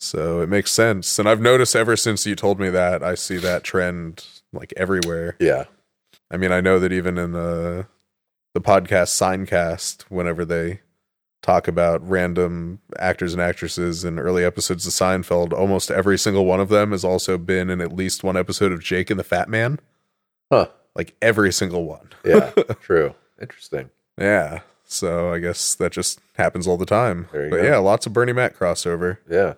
S3: So it makes sense. And I've noticed ever since you told me that, I see that trend like everywhere.
S2: Yeah.
S3: I mean, I know that even in the the podcast Signcast, whenever they talk about random actors and actresses in early episodes of Seinfeld, almost every single one of them has also been in at least one episode of Jake and the Fat Man.
S2: Huh.
S3: Like every single one.
S2: (laughs) Yeah. true. Interesting.
S3: Yeah. So I guess that just happens all the time.
S2: There you
S3: but
S2: go.
S3: yeah, lots of Bernie Mac crossover.
S2: Yeah.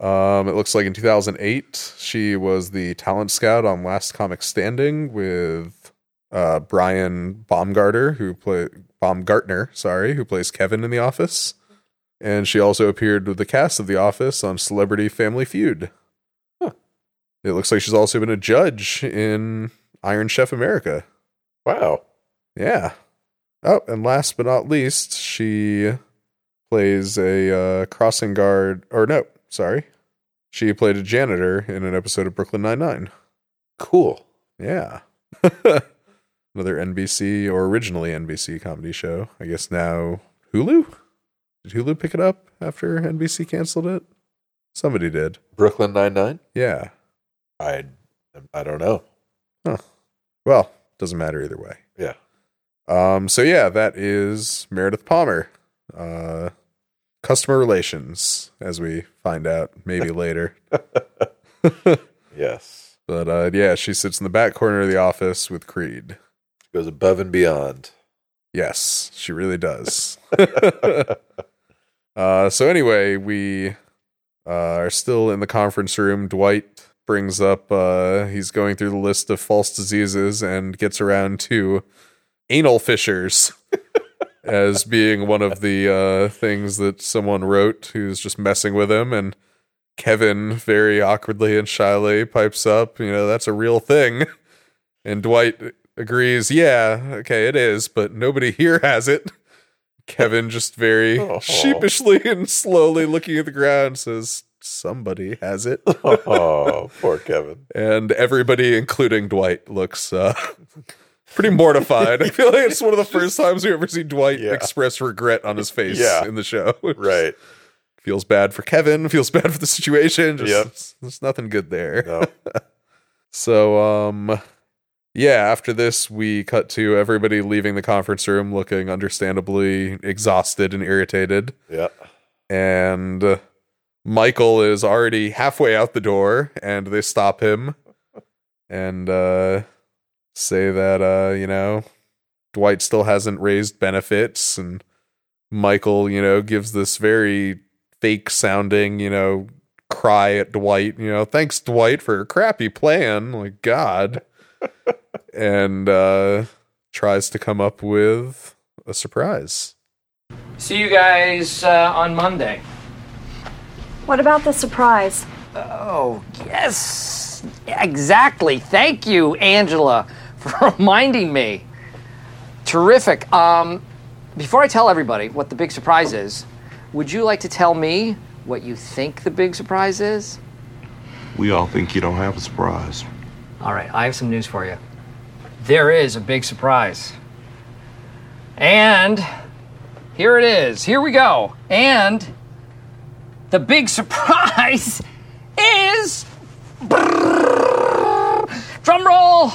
S3: Um, it looks like in 2008, she was the talent scout on Last Comic Standing with uh, Brian Baumgartner, who play Baumgartner, sorry, who plays Kevin in The Office. And she also appeared with the cast of The Office on Celebrity Family Feud. It looks like she's also been a judge in Iron Chef America.
S2: Wow.
S3: Yeah. Oh, and last but not least, she plays a uh, crossing guard, or no, sorry. She played a janitor in an episode of Brooklyn Nine-Nine.
S2: Cool.
S3: Yeah. (laughs) Another NBC or originally NBC comedy show. I guess now Hulu? Did Hulu pick it up after NBC canceled it? Somebody did.
S2: Brooklyn Nine Nine.
S3: Yeah.
S2: I I don't know.
S3: Huh. Well, doesn't matter either way.
S2: Yeah.
S3: Um, so yeah, that is Meredith Palmer. Uh, customer relations, as we find out maybe later.
S2: Yes.
S3: But uh, yeah, she sits in the back corner of the office with Creed.
S2: Goes above and beyond.
S3: Yes, she really does. (laughs) uh, so anyway, we uh, are still in the conference room. Dwight brings up uh, he's going through the list of false diseases and gets around to anal fissures as being one of the uh, things that someone wrote who's just messing with him and. Kevin very awkwardly and shyly pipes up, you know, that's a real thing. And Dwight agrees, yeah, okay, it is, but nobody here has it. Kevin just very
S2: Aw.
S3: sheepishly and slowly looking at the ground says, somebody has it.
S2: Oh, (laughs) poor Kevin.
S3: and everybody, including Dwight, looks uh, (laughs) pretty mortified. I feel like it's one of the first times we ever see Dwight
S2: Yeah.
S3: express regret on his face
S2: Yeah.
S3: in the show. (laughs)
S2: Right.
S3: feels bad for Kevin, feels bad for the situation. Just,
S2: Yep.
S3: there's, there's nothing good there.
S2: No.
S3: So, um, yeah, after this, we cut to everybody leaving the conference room looking understandably exhausted and irritated.
S2: Yeah.
S3: And uh, Michael is already halfway out the door, and they stop him and uh, say that, uh, you know, Dwight still hasn't raised benefits. And Michael, you know, gives this very fake sounding, you know, cry at Dwight, you know, thanks, Dwight, for a crappy plan. Like, God. and uh, tries to come up with a surprise.
S4: See you guys uh, on Monday.
S13: What about the surprise?
S4: Oh, yes. Exactly. Thank you, Angela, (laughs) for reminding me. Terrific. Um, before I tell everybody what the big surprise is, would you like to tell me what you think the big surprise is?
S11: We all think you don't have a surprise.
S4: All right, I have some news for you. There is a big surprise. And here it is. Here we go. And
S14: The
S4: (laughs)
S14: big surprise is. Drum roll!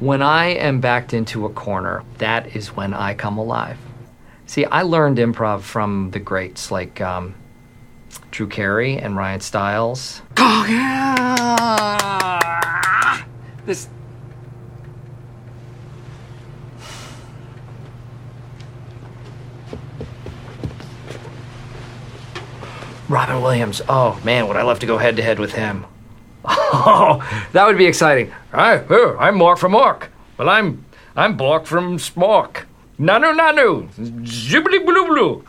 S4: When I am backed into a corner, that is when I come alive. See, I learned improv from the greats like um, Drew Carey and Ryan Stiles.
S14: This.
S4: Robin Williams. Oh man, would I love to go head to head with him? Oh, that would be exciting. I, oh, I'm Mark from Mark, but I'm I'm Bark from Smark. Nanu nanu, zibbity blue blue.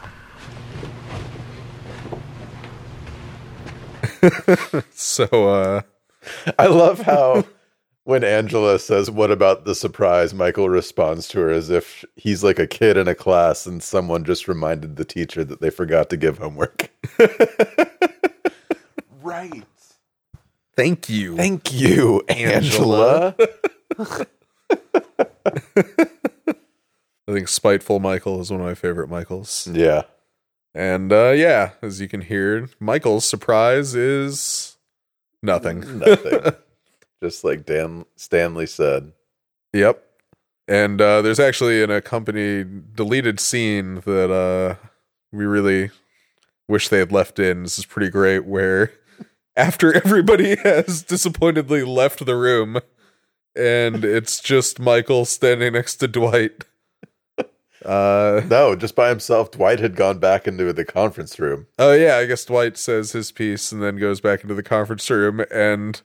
S2: so uh (laughs) I love how when Angela says what about the surprise, Michael responds to her as if he's like a kid in a class and someone just reminded the teacher that they forgot to give homework.
S11: Right.
S3: Thank you.
S2: Thank you, Angela.
S3: (laughs) I think Spiteful Michael is one of my favorite Michaels.
S2: Yeah.
S3: And uh yeah, as you can hear, Michael's surprise is nothing.
S2: (laughs) Nothing. just like Dan Stanley said.
S3: Yep. And uh there's actually an accompanied deleted scene that uh we really wish they had left in. This is pretty great where (laughs) after everybody (laughs) has disappointingly left the room and it's just Michael standing next to Dwight.
S2: Uh no, just by himself Dwight had gone back into the conference room.
S3: Oh yeah, I guess Dwight says his piece and then goes back into the conference room and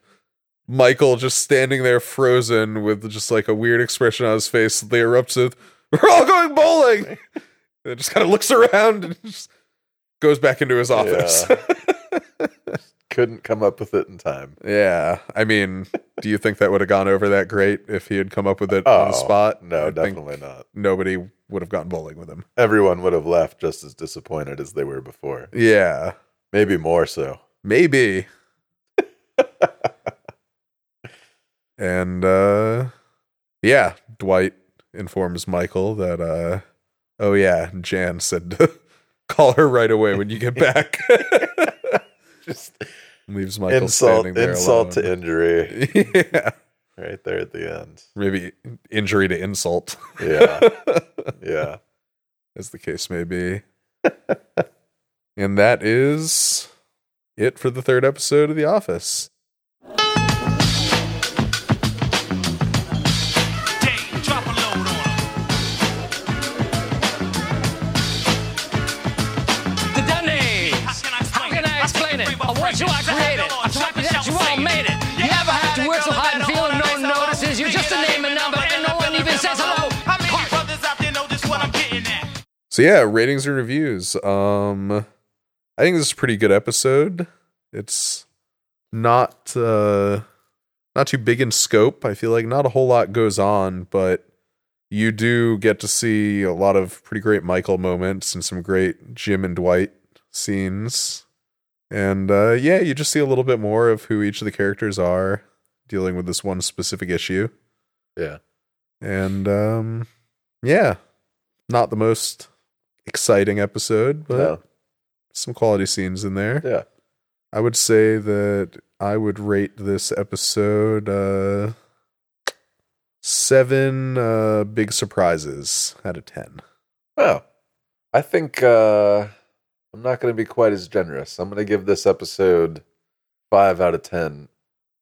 S3: Michael just standing there frozen with just like a weird expression on his face. They erupts with, "We're all going bowling." (laughs) and just kind of looks around and just goes back into his office. (laughs)
S2: Couldn't come up with it in time.
S3: Yeah, I mean, do you think that would have gone over that great if he had come up with it on
S2: Oh,
S3: the spot?
S2: no,
S3: I think
S2: definitely not.
S3: Nobody would have gone bowling with him.
S2: Everyone would have left just as disappointed as they were before.
S3: Yeah,
S2: Maybe more so.
S3: maybe. and uh yeah, Dwight informs Michael that uh oh yeah, Jan said to (laughs) call her right away when you get back.
S2: (laughs) Just
S3: leaves Michael
S2: insult
S3: standing there
S2: insult to
S3: alone.
S2: injury.
S3: (laughs) yeah.
S2: Right there at the end.
S3: Maybe injury to insult. (laughs)
S2: Yeah. Yeah.
S3: as the case
S2: (laughs)
S3: may be. and that is it for the third episode of The Office.
S14: The Dundies! How can I explain it? I want you, I create it. I taught you that you all made it. You never have to work so hard and feel no one notices. You're just a name and number, and no one even says hello.
S3: So yeah, ratings and reviews. Um I think this is a pretty good episode. It's not uh not too big in scope. I feel like not a whole lot goes on, but you do get to see a lot of pretty great Michael moments and some great Jim and Dwight scenes. And uh yeah, you just see a little bit more of who each of the characters are dealing with this one specific issue.
S2: Yeah.
S3: And um yeah, not the most exciting episode, but
S2: No.
S3: some quality scenes in there.
S2: Yeah.
S3: I would say that I would rate this episode uh seven uh big surprises out of ten.
S2: Oh. I think uh I'm not gonna be quite as generous. I'm gonna give this episode five out of ten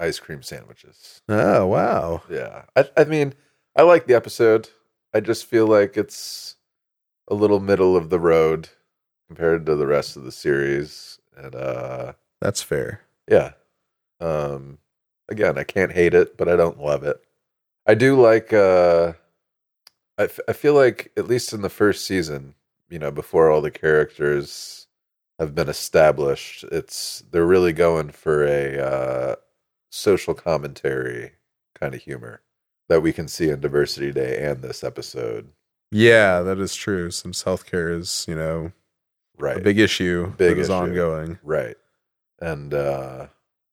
S2: ice cream sandwiches.
S3: Oh wow.
S2: Yeah. I I mean, I like the episode. I just feel like it's a little middle of the road compared to the rest of the series. And uh
S3: That's fair.
S2: yeah. Um again, I can't hate it, but I don't love it. I do like uh I, f- I feel like at least in the first season, you know, before all the characters have been established, it's they're really going for a uh social commentary kind of humor that we can see in Diversity Day and this episode.
S3: Yeah, that is true. Some health care is, you know,
S2: right.
S3: a big issue
S2: Big
S3: that is
S2: issue.
S3: ongoing.
S2: Right. And uh,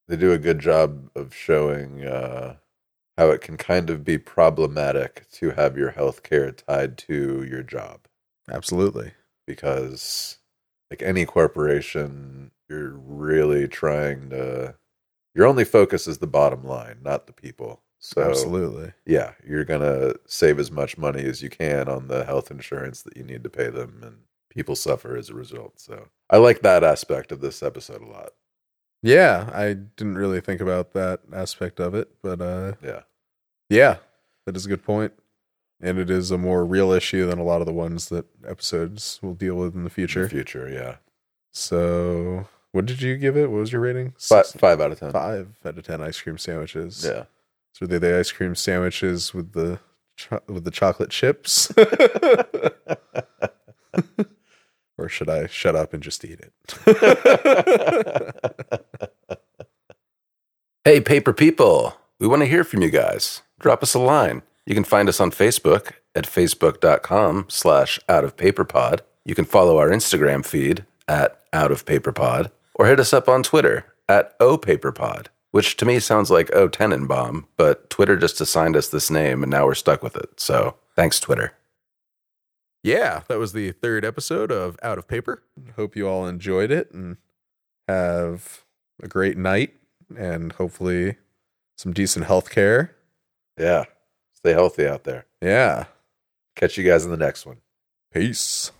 S2: they do a good job of showing uh, how it can kind of be problematic to have your health care tied to your job.
S3: Absolutely.
S2: Because, like any corporation, you're really trying to, your only focus is the bottom line, not the people. So,
S3: Absolutely.
S2: Yeah, you're going to save as much money as you can on the health insurance that you need to pay them, and people suffer as a result. So, I like that aspect of this episode a lot.
S3: Yeah, I didn't really think about that aspect of it, but uh
S2: Yeah.
S3: Yeah, that is a good point. And it is a more real issue than a lot of the ones that episodes will deal with in the future.
S2: future, yeah.
S3: So, what did you give it? What was your rating?
S2: Fi- five out of 10.
S3: Five out of ten ice cream sandwiches.
S2: (laughs) Yeah.
S3: So they the ice cream sandwiches with the cho- with the chocolate (laughs) chips, or should I shut up and just eat it?
S5: Hey, paper people, we want to hear from you guys. Drop us a line. You can find us on Facebook at facebook.com slash out of paper pod. You can follow our Instagram feed at out of paper pod or hit us up on Twitter at opaperpod, which to me sounds like O Tenenbaum, but Twitter just assigned us this name and now we're stuck with it. So thanks, Twitter.
S3: yeah, that was the third episode of Out of Paper. Hope you all enjoyed it and have a great night and hopefully some decent health care.
S2: Yeah. Stay healthy out there.
S3: Yeah.
S2: Catch you guys in the next one.
S3: Peace.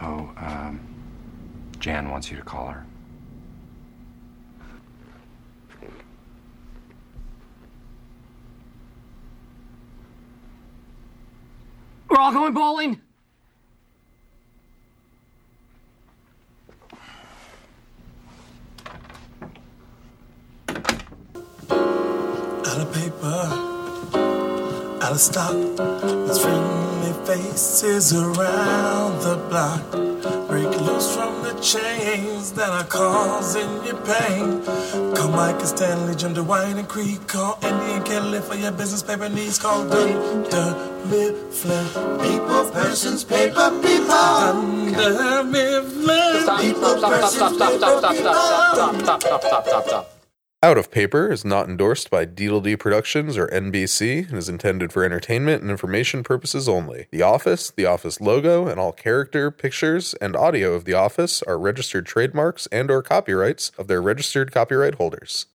S8: Oh, um, Jan wants you to call her.
S4: We're all going bowling.
S15: Out of paper, out of stock. There's friendly faces around the block. Break loose from the chains that are causing you pain. Call Mike and Stanley, Jim DeWine and Creek. Call Andy and Kelly for your business paper needs. Call Dunder Mifflin. People, persons, paper, people. Dunder Mifflin. People, persons, paper, people.
S14: stop, stop, stop, stop, stop.
S3: Out of Paper is not endorsed by Deedledee Productions or NBC and is intended for entertainment and information purposes only. The Office, the Office logo, and all character, pictures, and audio of The Office are registered trademarks and or copyrights of their registered copyright holders.